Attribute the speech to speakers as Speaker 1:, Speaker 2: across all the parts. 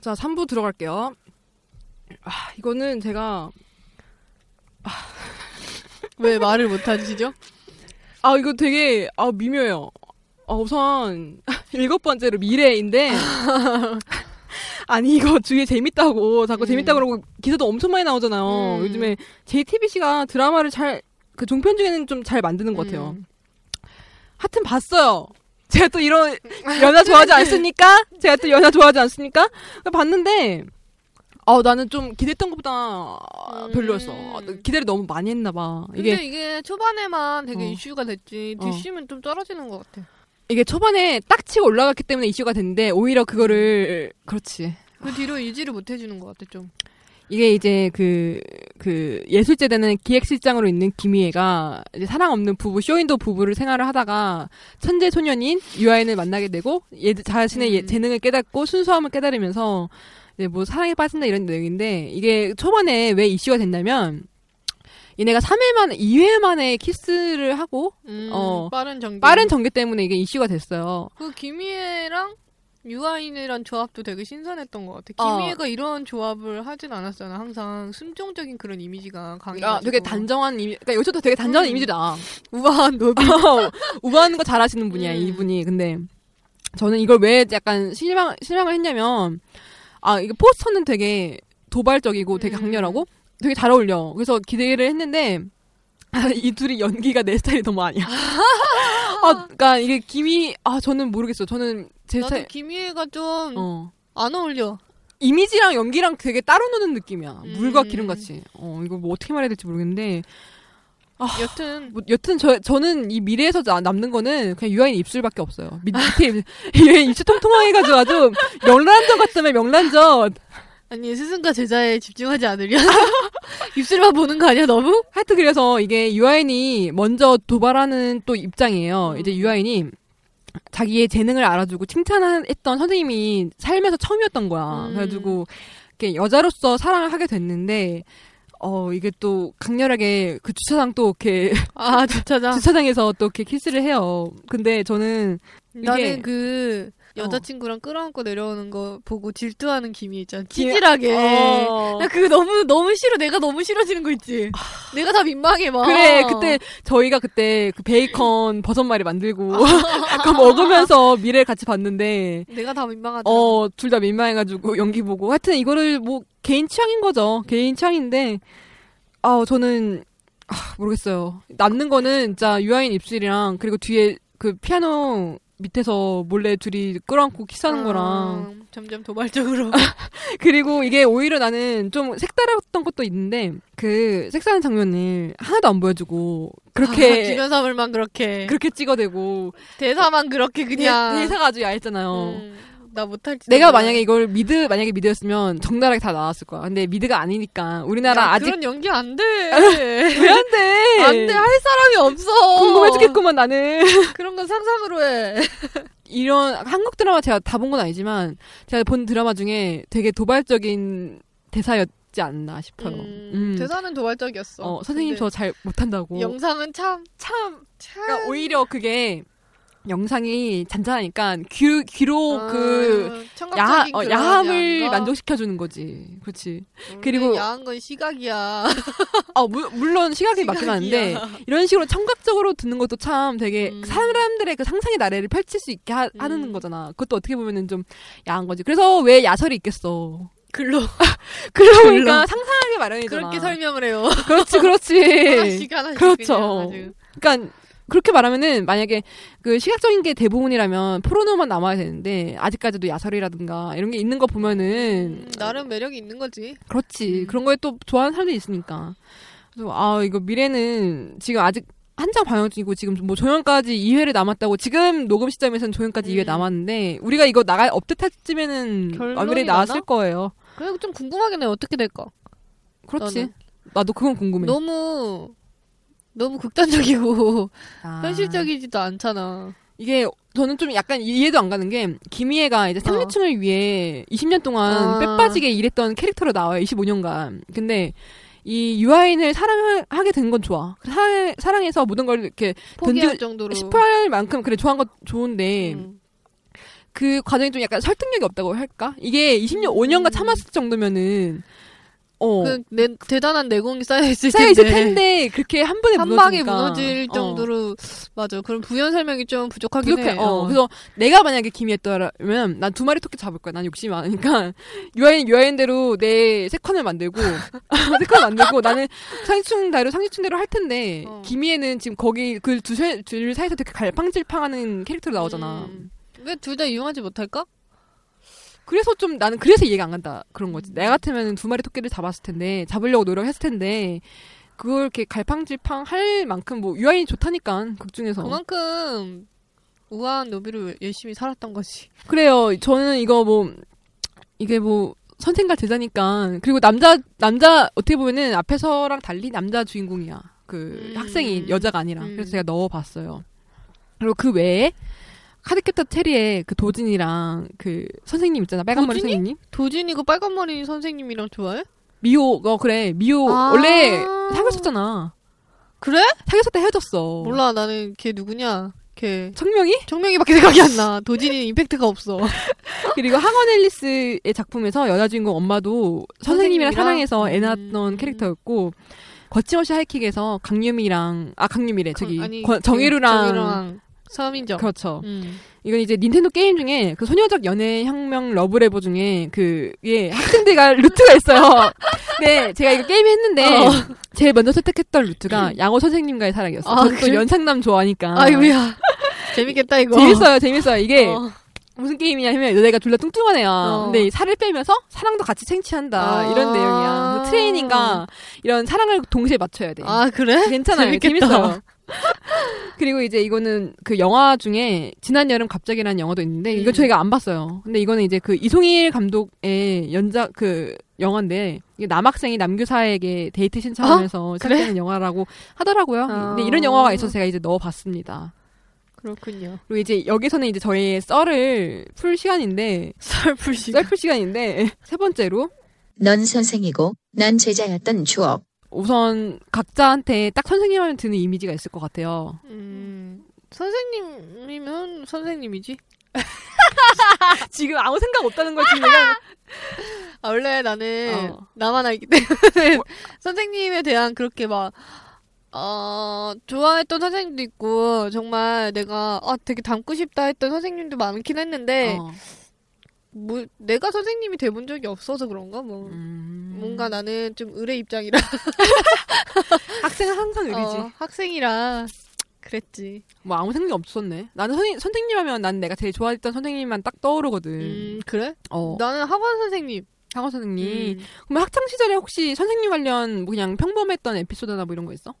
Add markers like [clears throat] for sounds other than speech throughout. Speaker 1: 자, 3부 들어갈게요. 아, 이거는 제가 아, [laughs] 왜 말을 못 하시죠? 아, 이거 되게 아 미묘해요. 아, 우선 [laughs] 일곱 번째로
Speaker 2: [laughs]
Speaker 1: 미래인데 아니 이거 주위에 재밌다고 자꾸 재밌다 고 그러고 기사도 엄청 많이 나오잖아요.
Speaker 2: 음.
Speaker 1: 요즘에 JTBC가 드라마를 잘 그 종편 중에는 좀 잘 만드는 것 같아요.
Speaker 2: 음.
Speaker 1: 하여튼 봤어요. 제가 또 이런 연하 좋아하지 않습니까? 제가 또 연하 좋아하지 않습니까? 봤는데 어 나는 좀 기대했던 것보다 별로였어. 아, 나 기대를 너무 많이 했나 봐. 이게
Speaker 2: 음. 근데 이게 초반에만 되게
Speaker 1: 어.
Speaker 2: 이슈가 됐지
Speaker 1: 어.
Speaker 2: 뒤쉬면 좀 떨어지는 것 같아.
Speaker 1: 이게 초반에 딱 치고 올라갔기 때문에 이슈가 됐는데 오히려 그거를 그렇지.
Speaker 2: 그 뒤로 유지를 못 해주는 것 같아 좀.
Speaker 1: 이게 이제 그, 그 예술제대는 기획실장으로 있는 김희애가 이제 사랑 없는 부부, 쇼윈도 부부를 생활을 하다가 천재 소년인 유아인을 만나게 되고 얘 자신의
Speaker 2: 음.
Speaker 1: 예- 재능을 깨닫고 순수함을 깨달으면서 이제 뭐 사랑에 빠진다 이런 내용인데 이게 초반에 왜 이슈가 됐냐면 얘네가 3일 만에, 2회 만에 키스를 하고
Speaker 2: 음,
Speaker 1: 어.
Speaker 2: 빠른 전개.
Speaker 1: 빠른 전개 때문에 이게 이슈가 됐어요.
Speaker 2: 그 김희애랑 유아인이란 조합도 되게 신선했던 것 같아.
Speaker 1: 어.
Speaker 2: 김희애가 이런 조합을 하진 않았잖아. 항상 순종적인 그런 이미지가 강해.
Speaker 1: 아, 되게 단정한 이미, 그러니까 여기서도 되게 단정한
Speaker 2: 음.
Speaker 1: 이미지다.
Speaker 2: 우아한 [laughs] 노비.
Speaker 1: [laughs] 우아하는 거 잘하시는 분이야
Speaker 2: 음.
Speaker 1: 이분이 근데 저는 이걸 왜 약간 실망 실망을 했냐면 아 이게 포스터는 되게 도발적이고 되게
Speaker 2: 음.
Speaker 1: 강렬하고 되게 잘 어울려 그래서 기대를 했는데 아, 이 둘이 연기가 내 스타일이 너무
Speaker 2: [laughs]
Speaker 1: 아니야 아 그러니까 이게 김이 아 저는 모르겠어 저는 제
Speaker 2: 나도
Speaker 1: 스타일
Speaker 2: 김희애가 좀 안
Speaker 1: 어 [laughs]
Speaker 2: 어울려.
Speaker 1: 이미지랑 연기랑 되게 따로 노는 느낌이야 물과
Speaker 2: 음.
Speaker 1: 기름 같이 어 이거 뭐 어떻게 말해야 될지 모르겠는데
Speaker 2: 여튼
Speaker 1: 뭐, 여튼 저 저는 이 미래에서 나- 남는 거는 그냥 유아인 입술밖에 없어요. 밑, 밑에 입- [laughs] 유아인 입술 통통해가지고 아주 명란젓 같다며 명란젓.
Speaker 2: 아니 스승과 제자에 집중하지 않으려 [laughs] 입술만 보는 거 아니야 너무?
Speaker 1: 하여튼 그래서 이게 유아인이 먼저 도발하는 또 입장이에요.
Speaker 2: 음.
Speaker 1: 이제 유아인이 자기의 재능을 알아주고 칭찬했던 선생님이 살면서 처음이었던 거야.
Speaker 2: 음.
Speaker 1: 그래가지고 이렇게 여자로서 사랑을 하게 됐는데 어 이게 또 강렬하게 그 주차장 또 이렇게
Speaker 2: 아 주차장.
Speaker 1: [laughs] 주차장에서 또 이렇게 키스를 해요. 근데 저는 이게-
Speaker 2: 나는 그 여자친구랑 끌어안고 내려오는 거 보고 질투하는 김이 있잖아. 찌질하게.
Speaker 1: 어.
Speaker 2: 나 그거 너무 너무 싫어. 내가 너무 싫어지는 거 있지. 내가 다 민망해 막.
Speaker 1: 아. 그래 그때 저희가 그때 그 베이컨 버섯말이 만들고
Speaker 2: 어.
Speaker 1: [laughs] 그거 먹으면서 미래를 같이 봤는데
Speaker 2: 내가 다 민망하다.
Speaker 1: 어 둘 다 민망해가지고 [laughs] 연기 보고 하여튼 이거를 뭐 개인 취향인 거죠 개인 취향인데 아 저는 아, 모르겠어요 남는 거는 진짜 유아인 입술이랑 그리고 뒤에 그 피아노 밑에서 몰래 둘이 끌어안고
Speaker 2: 음.
Speaker 1: 키스하는 거랑
Speaker 2: 점점 도발적으로.
Speaker 1: 그리고 이게 오히려 나는 좀 색다랐던 것도 있는데 그 색다른 장면을 하나도 안 보여주고 [laughs]
Speaker 2: 아,
Speaker 1: 그렇게
Speaker 2: [laughs] 주변 사물만 그렇게.
Speaker 1: 그렇게 찍어대고
Speaker 2: 대사만 그렇게 네. 그냥.
Speaker 1: 대, 사가 아주 얇잖아요.
Speaker 2: 음, 나 못할지.
Speaker 1: 내가 만약에 이걸 미드 만약에 미드였으면 정나라하게 다 나왔을 거야. 근데 미드가 아니니까 우리나라
Speaker 2: 야,
Speaker 1: 아직
Speaker 2: 그런 연기 안 돼.
Speaker 1: [laughs] 왜 안 돼?
Speaker 2: 안돼 할 사람이 없어.
Speaker 1: 궁금해 죽겠구만 나는. [laughs]
Speaker 2: 그런 건 상상으로 해.
Speaker 1: 이런 한국 드라마 제가 다 본 건 아니지만 제가 본 드라마 중에 되게 도발적인 대사였지 않나 싶어요.
Speaker 2: 음,
Speaker 1: 음.
Speaker 2: 대사는 도발적이었어.
Speaker 1: 어, 선생님
Speaker 2: 근데
Speaker 1: 저 잘 못한다고.
Speaker 2: 영상은 참 참 참.
Speaker 1: 그러니까 오히려 그게 영상이 잔잔하니까 귀, 귀로 그
Speaker 2: 아,
Speaker 1: 야하,
Speaker 2: 청각적인
Speaker 1: 어,
Speaker 2: 그런
Speaker 1: 야함을
Speaker 2: 야한 거?
Speaker 1: 만족시켜주는 거지.
Speaker 2: [laughs]
Speaker 1: 그렇지.
Speaker 2: 원래
Speaker 1: 그리고-
Speaker 2: 야한 건 시각이야.
Speaker 1: 아, 물, 물론 시각이 맞긴
Speaker 2: 시각이야.
Speaker 1: 한데 이런 식으로 청각적으로 듣는 것도 참 되게
Speaker 2: 음.
Speaker 1: 사람들의 그 상상의 나래를 펼칠 수 있게 하, 는
Speaker 2: 음.
Speaker 1: 거잖아. 그것도 어떻게 보면은 좀 야한 거지. 그래서 왜 야설이 있겠어.
Speaker 2: [laughs] 글로
Speaker 1: 그러니까 상상하게 마련이잖아.
Speaker 2: 그렇게 설명을 해요.
Speaker 1: 그렇지, 그렇지.
Speaker 2: [laughs] 하나씩 하나씩
Speaker 1: 그렇죠.
Speaker 2: 그냥 아주.
Speaker 1: 그러니까 그렇게 말하면은 만약에 그 시각적인 게 대부분이라면 포르노만 남아야 되는데 아직까지도 야설이라든가 이런 게 있는 거 보면은
Speaker 2: 음, 나름 매력이 있는 거지.
Speaker 1: 그렇지.
Speaker 2: 음.
Speaker 1: 그런 거에 또 좋아하는 사람들이 있으니까. 그래서 아, 이거 미래는 지금 아직 한창 방영 중이고 지금 뭐 조연까지 2회를 남았다고 지금 녹음 시점에서는 조연까지
Speaker 2: 음.
Speaker 1: 2회 남았는데 우리가 이거 나갈 업데이트할 쯤에는
Speaker 2: 결론이
Speaker 1: 완전히 나왔을
Speaker 2: 나나?
Speaker 1: 거예요.
Speaker 2: 그래 좀 궁금하긴 해. 어떻게 될까?
Speaker 1: 그렇지.
Speaker 2: 나는.
Speaker 1: 나도 그건
Speaker 2: 음.
Speaker 1: 궁금해.
Speaker 2: 너무 너무 극단적이고
Speaker 1: 아.
Speaker 2: 현실적이지도 않잖아.
Speaker 1: 이게 저는 좀 약간 이해도 안 가는 게 김희애가 이제 상류층을 위해 20년 동안
Speaker 2: 어. 아.
Speaker 1: 빼빠지게 일했던 캐릭터로 나와요. 25년간. 근데 이 유아인을 사랑하게 된 건 좋아. 사, 사랑해서 모든 걸 이렇게
Speaker 2: 포기할
Speaker 1: 던질-
Speaker 2: 정도로.
Speaker 1: 싶어할 만큼 그래 좋아한 건 좋은데
Speaker 2: 음.
Speaker 1: 그 과정이 좀 약간 설득력이 없다고 할까? 이게 20년
Speaker 2: 음.
Speaker 1: 5년간 참았을 정도면은 어
Speaker 2: 그 내, 대단한 내공이 쌓여 있을 텐데.
Speaker 1: 쌓여 있을 텐데 그렇게 한 번에
Speaker 2: 한 방에
Speaker 1: 무너지니까.
Speaker 2: 무너질
Speaker 1: 어.
Speaker 2: 정도로 네. 맞아. 그럼 부연 설명이 좀 부족하긴
Speaker 1: 부족해.
Speaker 2: 해.
Speaker 1: 어. 그래서 내가 만약에 김이했더라면 난 두 마리 토끼 잡을 거야. 난 욕심이 많으니까 [laughs] 유아인 유아인대로 내 세컨을 만들고 [laughs] 세컨 만들고 나는 상층대로 상층대로 할 텐데
Speaker 2: 어.
Speaker 1: 김이애는 지금 거기 그두줄 사이에서 되게 갈팡질팡하는 캐릭터로 나오잖아.
Speaker 2: 음. 왜둘 다 이용하지 못할까?
Speaker 1: 어. 그래서 좀 나는 그래서 이해가 안 간다 그런
Speaker 2: 음.
Speaker 1: 거지. 내가 같으면 두 마리 토끼를 잡았을 텐데 잡으려고 노력했을 텐데 그걸 이렇게 갈팡질팡 할 만큼 뭐 유아인이 좋다니까 극중에서
Speaker 2: 그만큼 우아한 노비로 열심히 살았던 거지.
Speaker 1: 그래요. 저는 이거 뭐 이게 뭐 선생과 제자니까 그리고 남자 남자 어떻게 보면은 앞에서랑 달리 남자 주인공이야. 그
Speaker 2: 음.
Speaker 1: 학생이 여자가 아니라
Speaker 2: 음.
Speaker 1: 그래서 제가 넣어봤어요. 그리고 그 외에 카드캡터 체리의 그 도진이랑 그 선생님 있잖아 빨간 머리
Speaker 2: 도진이?
Speaker 1: 선생님
Speaker 2: 도진이가 빨간 머리 선생님이랑 좋아해?
Speaker 1: 미호 어 그래 미호
Speaker 2: 아.
Speaker 1: 원래 사귀었었잖아
Speaker 2: 그래?
Speaker 1: 사귀었을 때 헤어졌어
Speaker 2: 몰라 나는 걔 누구냐? 걔
Speaker 1: 청명이
Speaker 2: 청명이밖에 [laughs] 생각이 안 나. 도진이는 임팩트가 없어.
Speaker 1: 아, 그리고 항원 앨리스의 작품에서 여자 주인공 엄마도 선생님이랑
Speaker 2: 선생님이랑?
Speaker 1: 사랑해서 애
Speaker 2: 음.
Speaker 1: 낳았던 캐릭터였고 거침없이 하이킥에서 강유미랑 아 강유미래 저기
Speaker 2: 아니,
Speaker 1: 권-
Speaker 2: 그
Speaker 1: 정혜루랑
Speaker 2: 정혜루랑 서민정.
Speaker 1: 그렇죠
Speaker 2: 음.
Speaker 1: 이건 이제 닌텐도 게임 중에 그 소녀적 연애 혁명 러브레버 중에 그예 학생들과 [laughs] 루트가 있어요 네 제가 이거 게임 했는데
Speaker 2: 어. 음.
Speaker 1: 제일 먼저 선택했던 루트가 양호 선생님과의 사랑이었어 요
Speaker 2: 아,
Speaker 1: 저는 또
Speaker 2: 그래?
Speaker 1: 연상남 좋아하니까
Speaker 2: 아이고야. [laughs] 재밌겠다 이거.
Speaker 1: 재밌어요 재밌어요 이게
Speaker 2: 어.
Speaker 1: 무슨 게임이냐면 너네가 둘 다 뚱뚱한 애야.
Speaker 2: 어.
Speaker 1: 근데 이 살을 빼면서 사랑도 같이 생취한다.
Speaker 2: 아.
Speaker 1: 이런 내용이야. 그래서 트레이닝과 이런 사랑을 동시에 맞춰야 돼.
Speaker 2: 아 그래?
Speaker 1: 괜찮아요.
Speaker 2: 재밌겠다.
Speaker 1: 재밌어요. [laughs] 그리고 이제 이거는 그 영화 중에 지난 여름 갑자기라는 영화도 있는데 이거
Speaker 2: 음.
Speaker 1: 저희가 안 봤어요. 근데 이거는 이제 그 이송일 감독의 연작 그 영화인데 이게 남학생이 남교사에게 데이트 신청하면서 시작되는 영화라고 하더라고요.
Speaker 2: 아.
Speaker 1: 근데 이런 영화가 있어서 제가 이제 넣어봤습니다.
Speaker 2: 그렇군요. [laughs]
Speaker 1: 그리고 이제 여기서는 이제 저희의 썰을 풀 시간인데
Speaker 2: 썰풀 시간.
Speaker 1: 썰풀 시간인데 [laughs] 세 번째로
Speaker 3: 넌 선생이고 난 제자였던 추억.
Speaker 1: 우선 각자한테 딱 선생님 하면 드는 이미지가 있을 것 같아요.
Speaker 2: 음. 선생님이면 선생님이지.
Speaker 1: 지금 아무 생각 없다는 거지 내가
Speaker 2: 아, 원래 나는
Speaker 1: 어. 뭐?
Speaker 2: 나만 알기 때문에 [laughs] 선생님에 대한 그렇게 막 어, 좋아했던 선생님도 있고 정말 내가 아, 되게 닮고 싶다 했던 선생님도 많긴 했는데
Speaker 1: 어.
Speaker 2: 뭐, 내가 선생님이 돼 본 적이 없어서 그런가 뭐
Speaker 1: 음.
Speaker 2: 뭔가 나는 좀 의뢰 입장이라
Speaker 1: 학생은 항상 [laughs] 의리지.
Speaker 2: 어, 학생이라 그랬지.
Speaker 1: 뭐 아무 생각 없었네. 나는 선, 선생님 하면 난 내가 제일 좋아했던 선생님만 딱 떠오르거든.
Speaker 2: 음, 그래?
Speaker 1: 어.
Speaker 2: 나는 학원 선생님.
Speaker 1: 학원 선생님.
Speaker 2: 음,
Speaker 1: 그럼 학창 시절에 혹시 선생님 관련 뭐 그냥 평범했던 에피소드나 뭐 이런 거 있어?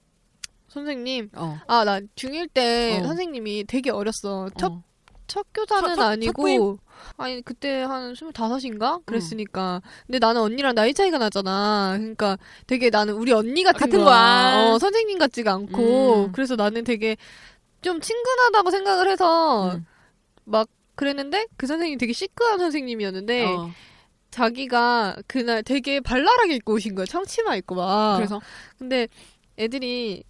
Speaker 2: 선생님.
Speaker 1: 어.
Speaker 2: 아, 나 중1 때
Speaker 1: 어.
Speaker 2: 선생님이 되게 어렸어. 첫
Speaker 1: 어.
Speaker 2: 첫 교사는
Speaker 1: 첫- 첫- 첫 부임?
Speaker 2: 아니고 음. 아니 그때 한 스물다섯인가 그랬으니까 근데 나는 언니랑 나이 차이가 나잖아 그러니까 되게 나는 우리 언니 같은,
Speaker 1: 같은 거야.
Speaker 2: 아, 어, 선생님 같지가 않고
Speaker 1: 음.
Speaker 2: 그래서 나는 되게 좀 친근하다고 생각을 해서
Speaker 1: 음.
Speaker 2: 막 그랬는데 그 선생님이 되게 시크한 선생님이었는데
Speaker 1: 어.
Speaker 2: 자기가 그날 되게 발랄하게 입고 오신 거예요 청치마 입고 막
Speaker 1: 그래서
Speaker 2: 근데 애들이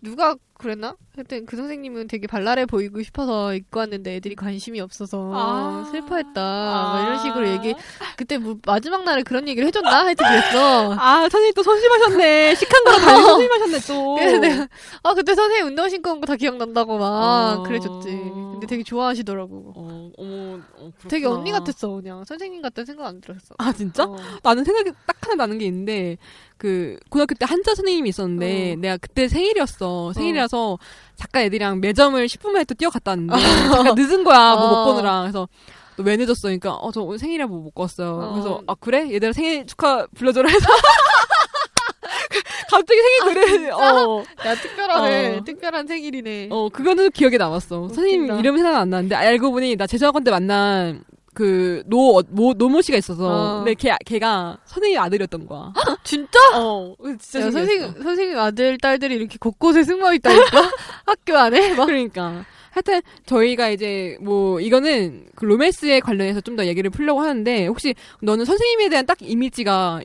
Speaker 2: 누가 그랬나? 하여튼 그 선생님은 되게 발랄해 보이고 싶어서 입고 왔는데 애들이 관심이 없어서
Speaker 1: 아.
Speaker 2: 슬퍼했다. 막 어, 뭐 이런 식으로 얘기. 그때 뭐 마지막 날에 그런 얘기를 해줬나? 하여튼 그랬어.
Speaker 1: 아, 선생님 또 손심하셨네. 식한 거랑
Speaker 2: [laughs]
Speaker 1: 다른 손심하셨네, 또.
Speaker 2: 어. 그래서 내가 아 그때 선생님 운동 신고 온 거 다 기억난다고 막
Speaker 1: 어.
Speaker 2: 그래줬지. 근데 되게 좋아하시더라고.
Speaker 1: 어, 어머, 어,
Speaker 2: 되게
Speaker 1: 그렇구나.
Speaker 2: 언니 같았어 그냥 선생님 같다는 생각 안 들었어.
Speaker 1: 아, 진짜?
Speaker 2: 어.
Speaker 1: 나는 생각이 딱 하나 나는 게 있는데 그 고등학교 때 한자 선생님이 있었는데
Speaker 2: 어.
Speaker 1: 내가 그때 생일이었어 생일이라서 잠깐 애들이랑 매점을 10분 만에 또 뛰어갔다 왔는데 잠깐 늦은 거야 뭐
Speaker 2: 어.
Speaker 1: 못 보느라 그래서 너 왜 늦었어 그러니까 어 저 오늘 생일이라 뭐 못 갔어요
Speaker 2: 어.
Speaker 1: 그래서 아 그래 얘들아 생일 축하 불러줘라 해서 [laughs] 갑자기 생일 노래 어,
Speaker 2: 야 특별하네.
Speaker 1: 어.
Speaker 2: 특별한 생일이네.
Speaker 1: 어 그거는 기억에 남았어 선생님 이름 생각 안 나는데 알고 보니 나 재수학원 때 만난 그노 노모 씨가 있어서
Speaker 2: 어.
Speaker 1: 근데 걔 걔가 선생님 아들이었던 거야.
Speaker 2: 진짜?
Speaker 1: 어, 진짜
Speaker 2: 야,
Speaker 1: 신기했어.
Speaker 2: 선생님 선생님 아들 딸들이 이렇게 곳곳에 숨어 있다니까 [laughs] 학교 안에 막.
Speaker 1: 그러니까. 하여튼 저희가 이제 뭐 이거는 그 로맨스에 관련해서 좀 더 얘기를 풀려고 하는데 혹시 너는 선생님에 대한 딱 이미지가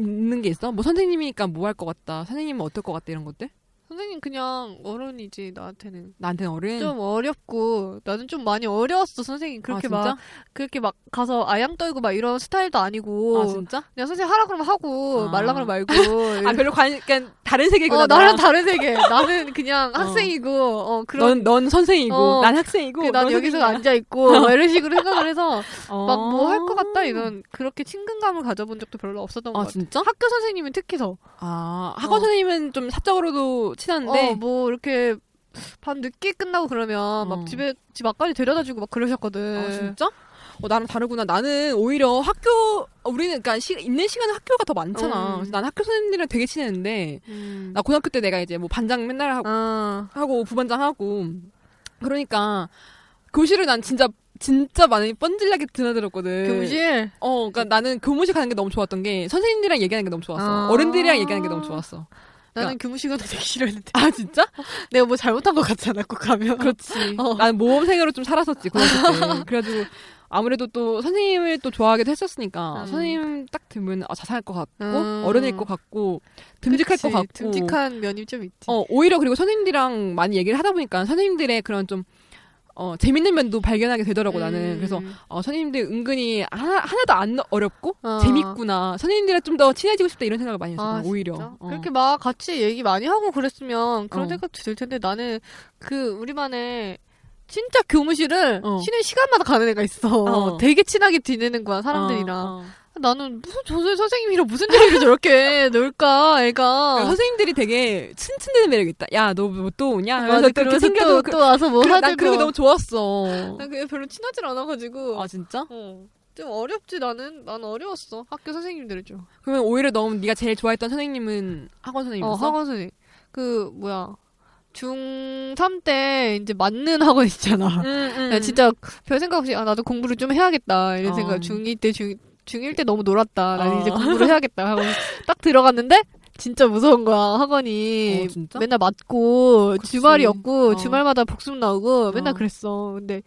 Speaker 1: 있는 게 있어? 뭐 선생님이니까 뭐 할 것 같다. 선생님은 어떨 것 같다 이런 것들?
Speaker 2: 선생님 그냥 어른이지 나한테는.
Speaker 1: 나한테는 어른.
Speaker 2: 좀 어렵고 나는 좀 많이 어려웠어 선생님 그렇게
Speaker 1: 아, 진짜?
Speaker 2: 막 그렇게 막 가서 아양 떨고 막 이런 스타일도 아니고
Speaker 1: 아 진짜?
Speaker 2: 그냥 선생님 하라 그러면 하고
Speaker 1: 아.
Speaker 2: 말라 그러면 [laughs] 말고
Speaker 1: 아 별로 관 그러니까 다른 세계구나.
Speaker 2: 어, 나랑 다른 세계. 나는 그냥 학생이고, 어,
Speaker 1: 넌,
Speaker 2: 그런.
Speaker 1: 넌 선생이고
Speaker 2: 어.
Speaker 1: 난 학생이고
Speaker 2: 그, 난
Speaker 1: 넌
Speaker 2: 여기서
Speaker 1: 선생님이야.
Speaker 2: [laughs] 앉아있고, 막 이런 식으로 생각을 해서,
Speaker 1: 어.
Speaker 2: 막 뭐 할 것 같다, 이런, 그렇게 친근감을 가져본 적도 별로 없었던 것
Speaker 1: 아
Speaker 2: 같아.
Speaker 1: 진짜?
Speaker 2: 학교 선생님은 특히 더.
Speaker 1: 아 학원
Speaker 2: 어.
Speaker 1: 선생님은 좀 사적으로도 친한데
Speaker 2: 어, 뭐, 이렇게, 밤 늦게 끝나고 그러면,
Speaker 1: 어.
Speaker 2: 막 집에, 집 앞까지 데려다 주고 막 그러셨거든.
Speaker 1: 아 진짜? 어 나랑 다르구나. 나는 오히려 학교 어, 우리는 그러니까 시, 있는 시간은 학교가 더 많잖아.
Speaker 2: 음.
Speaker 1: 그래서 난 학교 선생님들이랑 되게 친했는데
Speaker 2: 음.
Speaker 1: 나 고등학교 때 내가 이제 뭐 반장 맨날 하고,
Speaker 2: 아,
Speaker 1: 하고 부반장 하고 그러니까 교실을 난 진짜 진짜 많이 뻔질나게 드나들었거든.
Speaker 2: 교실?
Speaker 1: 어, 그 그러니까 나는 교무실 가는 게 너무 좋았던 게 선생님들이랑 얘기하는 게 너무 좋았어.
Speaker 2: 아.
Speaker 1: 어른들이랑 얘기하는 게 너무 좋았어.
Speaker 2: 나는 교무실 가도 되게 싫어했는데.
Speaker 1: 아 진짜?
Speaker 2: [laughs] 내가 뭐 잘못한 것 같지 않아, 꼭 가면.
Speaker 1: 그렇지.
Speaker 2: [laughs] 어.
Speaker 1: 나는 모범생으로 좀 살았었지
Speaker 2: [laughs]
Speaker 1: 고등학교 때. 그래가지고 아무래도 또 선생님을 또 좋아하기도 했었으니까
Speaker 2: 음.
Speaker 1: 선생님 딱 들면 아, 자상할 것 같고
Speaker 2: 음.
Speaker 1: 어른일 것 같고 듬직할
Speaker 2: 그치.
Speaker 1: 것 같고.
Speaker 2: 듬직한 면이 좀 있지.
Speaker 1: 어 오히려 그리고 선생님들이랑 많이 얘기를 하다 보니까 선생님들의 그런 좀 어, 재밌는 면도 발견하게 되더라고 나는 그래서
Speaker 2: 음.
Speaker 1: 어, 선생님들 은근히 하나, 하나도 안 어렵고
Speaker 2: 어.
Speaker 1: 재밌구나 선생님들이랑 좀 더 친해지고 싶다 이런 생각을 많이 했어
Speaker 2: 아,
Speaker 1: 난 오히려
Speaker 2: 진짜?
Speaker 1: 어.
Speaker 2: 그렇게 막 같이 얘기 많이 하고 그랬으면 그런
Speaker 1: 어.
Speaker 2: 생각도 들 텐데 나는 그 우리만의 진짜 교무실을
Speaker 1: 어.
Speaker 2: 쉬는 시간마다 가는 애가 있어.
Speaker 1: 어.
Speaker 2: 되게 친하게 지내는 거야 사람들이랑.
Speaker 1: 어, 어.
Speaker 2: 나는 무슨 조선 선생님이랑 무슨 얘기를 저렇게 놀까
Speaker 1: 그러니까
Speaker 2: 애가.
Speaker 1: 선생님들이 되게 츤츤대는 매력 이 있다. 야, 너 뭐 또 오냐?
Speaker 2: 맞아,
Speaker 1: 하면서 그렇게
Speaker 2: 그러면서
Speaker 1: 생겨도
Speaker 2: 또,
Speaker 1: 그-
Speaker 2: 또 와서 뭐
Speaker 1: 그래,
Speaker 2: 하
Speaker 1: 난
Speaker 2: 들
Speaker 1: 그게 너무 좋았어.
Speaker 2: 난 그게 별로 친하진 않아가지고.
Speaker 1: 아 진짜?
Speaker 2: 어. 좀 어렵지 나는. 난 어려웠어 학교 선생님들이 좀.
Speaker 1: 그러면 오히려 너무 네가 제일 좋아했던 선생님은 학원
Speaker 2: 어,
Speaker 1: 선생님이었어?
Speaker 2: 학원 선생님. 그, 뭐야. 중3 때 이제 맞는 [laughs] 학원 있잖아.
Speaker 1: 음, 음.
Speaker 2: 야, 네, 진짜 별 생각 없이, 아, 나도 공부를 좀 해야겠다. 이런
Speaker 1: 어.
Speaker 2: 생각. 중2 때, 중, 중1 때 너무 놀았다. 나는
Speaker 1: 어.
Speaker 2: 이제 공부를 해야겠다. 하고 딱 들어갔는데, 진짜 무서운 거야, 학원이.
Speaker 1: 어, 진짜?
Speaker 2: 맨날 맞고,
Speaker 1: 그치.
Speaker 2: 주말이었고,
Speaker 1: 어.
Speaker 2: 주말마다 복습 나오고, 맨날
Speaker 1: 어.
Speaker 2: 그랬어. 근데,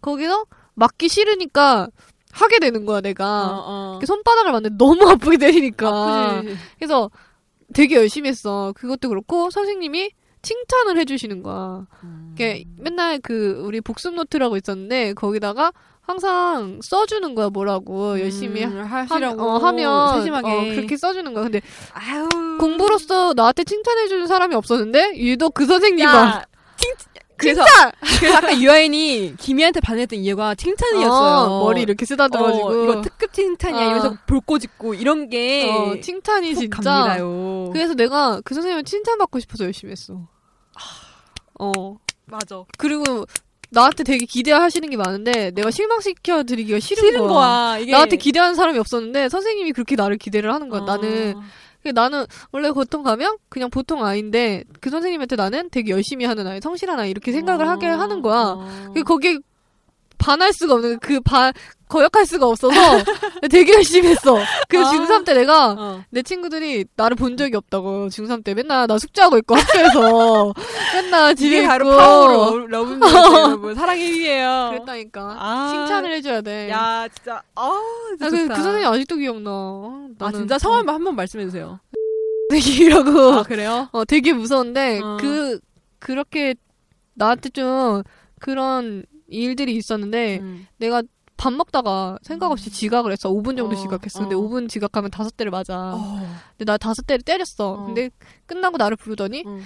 Speaker 2: 거기서 맞기 싫으니까, 하게 되는 거야, 내가.
Speaker 1: 어, 어.
Speaker 2: 이렇게 손바닥을 맞는데 너무 [laughs] 아프게 어, 때리니까.
Speaker 1: 아프지.
Speaker 2: 그래서 되게 열심히 했어. 그것도 그렇고 선생님이 칭찬을 해주시는 거야.
Speaker 1: 음.
Speaker 2: 이게 맨날 그 우리 복습 노트라고 있었는데 거기다가 항상 써주는 거야 뭐라고 열심히
Speaker 1: 음,
Speaker 2: 하,
Speaker 1: 하시라고
Speaker 2: 어, 하면
Speaker 1: 세심하게
Speaker 2: 어, 그렇게 써주는 거야. 근데
Speaker 1: 아유
Speaker 2: 공부로서 나한테 칭찬해주는 사람이 없었는데 유독 그 선생님만
Speaker 1: 야, 그래서 그래서 아까 유아인이 김희한테 반했던 이유가 칭찬이었어요.
Speaker 2: 어, 머리 이렇게 쓰다듬어지고
Speaker 1: 어, 이거 특급 칭찬이야.
Speaker 2: 어.
Speaker 1: 이러면서 볼 꼬집고 이런 게
Speaker 2: 어, 칭찬이
Speaker 1: 훅
Speaker 2: 진짜
Speaker 1: 갑니다요.
Speaker 2: 그래서 내가 그 선생님을 칭찬받고 싶어서 열심히 했어. 어.
Speaker 1: 맞아.
Speaker 2: 그리고 나한테 되게 기대하시는 게 많은데 내가 실망시켜 드리기가 싫은,
Speaker 1: 싫은 거야. 이게 아.
Speaker 2: 나한테 기대하는 사람이 없었는데 선생님이 그렇게 나를 기대를 하는 거야. 나는 그게 나는 원래 보통 가면 그냥 보통 아이인데 그 선생님한테 나는 되게 열심히 하는 아이, 성실한 아이 이렇게 생각을 하게
Speaker 1: 음.
Speaker 2: 하는 거야.
Speaker 1: 어.
Speaker 2: 그 거기에 반할 수가 없는 그 반, 거역할 수가
Speaker 1: [laughs]
Speaker 2: 없어서 되게 열심히 했어. 그래서
Speaker 1: 아.
Speaker 2: 중3 때 내가
Speaker 1: 어.
Speaker 2: 내 친구들이 나를 본 적이 없다고 중3 때 맨날 나 숙제하고 있고 학교에서
Speaker 1: [laughs]
Speaker 2: 맨날 집에
Speaker 1: 이게
Speaker 2: 있고
Speaker 1: 바로 파워로
Speaker 2: [laughs]
Speaker 1: 러브 여러분 사랑의 힘이에요.
Speaker 2: 그랬다니까
Speaker 1: 아.
Speaker 2: 칭찬을 해줘야 돼.
Speaker 1: 야 진짜 아
Speaker 2: 나
Speaker 1: 진짜
Speaker 2: 그,
Speaker 1: 좋다.
Speaker 2: 그 선생님 아직도 기억나. 어,
Speaker 1: 아
Speaker 2: 나는
Speaker 1: 진짜 성함 한번 말씀해 주세요. 아,
Speaker 2: 되게 이러고
Speaker 1: 그래요?
Speaker 2: 어 되게 무서운데
Speaker 1: 어.
Speaker 2: 그 그 그렇게 나한테 좀 그런 일들이 있었는데
Speaker 1: 음.
Speaker 2: 내가 밥 먹다가 생각 없이 지각을 했어. 5분
Speaker 1: 어,
Speaker 2: 정도 지각했어.
Speaker 1: 어.
Speaker 2: 근데 5분 지각하면 다섯 대를 맞아.
Speaker 1: 어.
Speaker 2: 근데 나 다섯 대를 때렸어.
Speaker 1: 어.
Speaker 2: 근데 끝나고 나를 부르더니
Speaker 1: 음.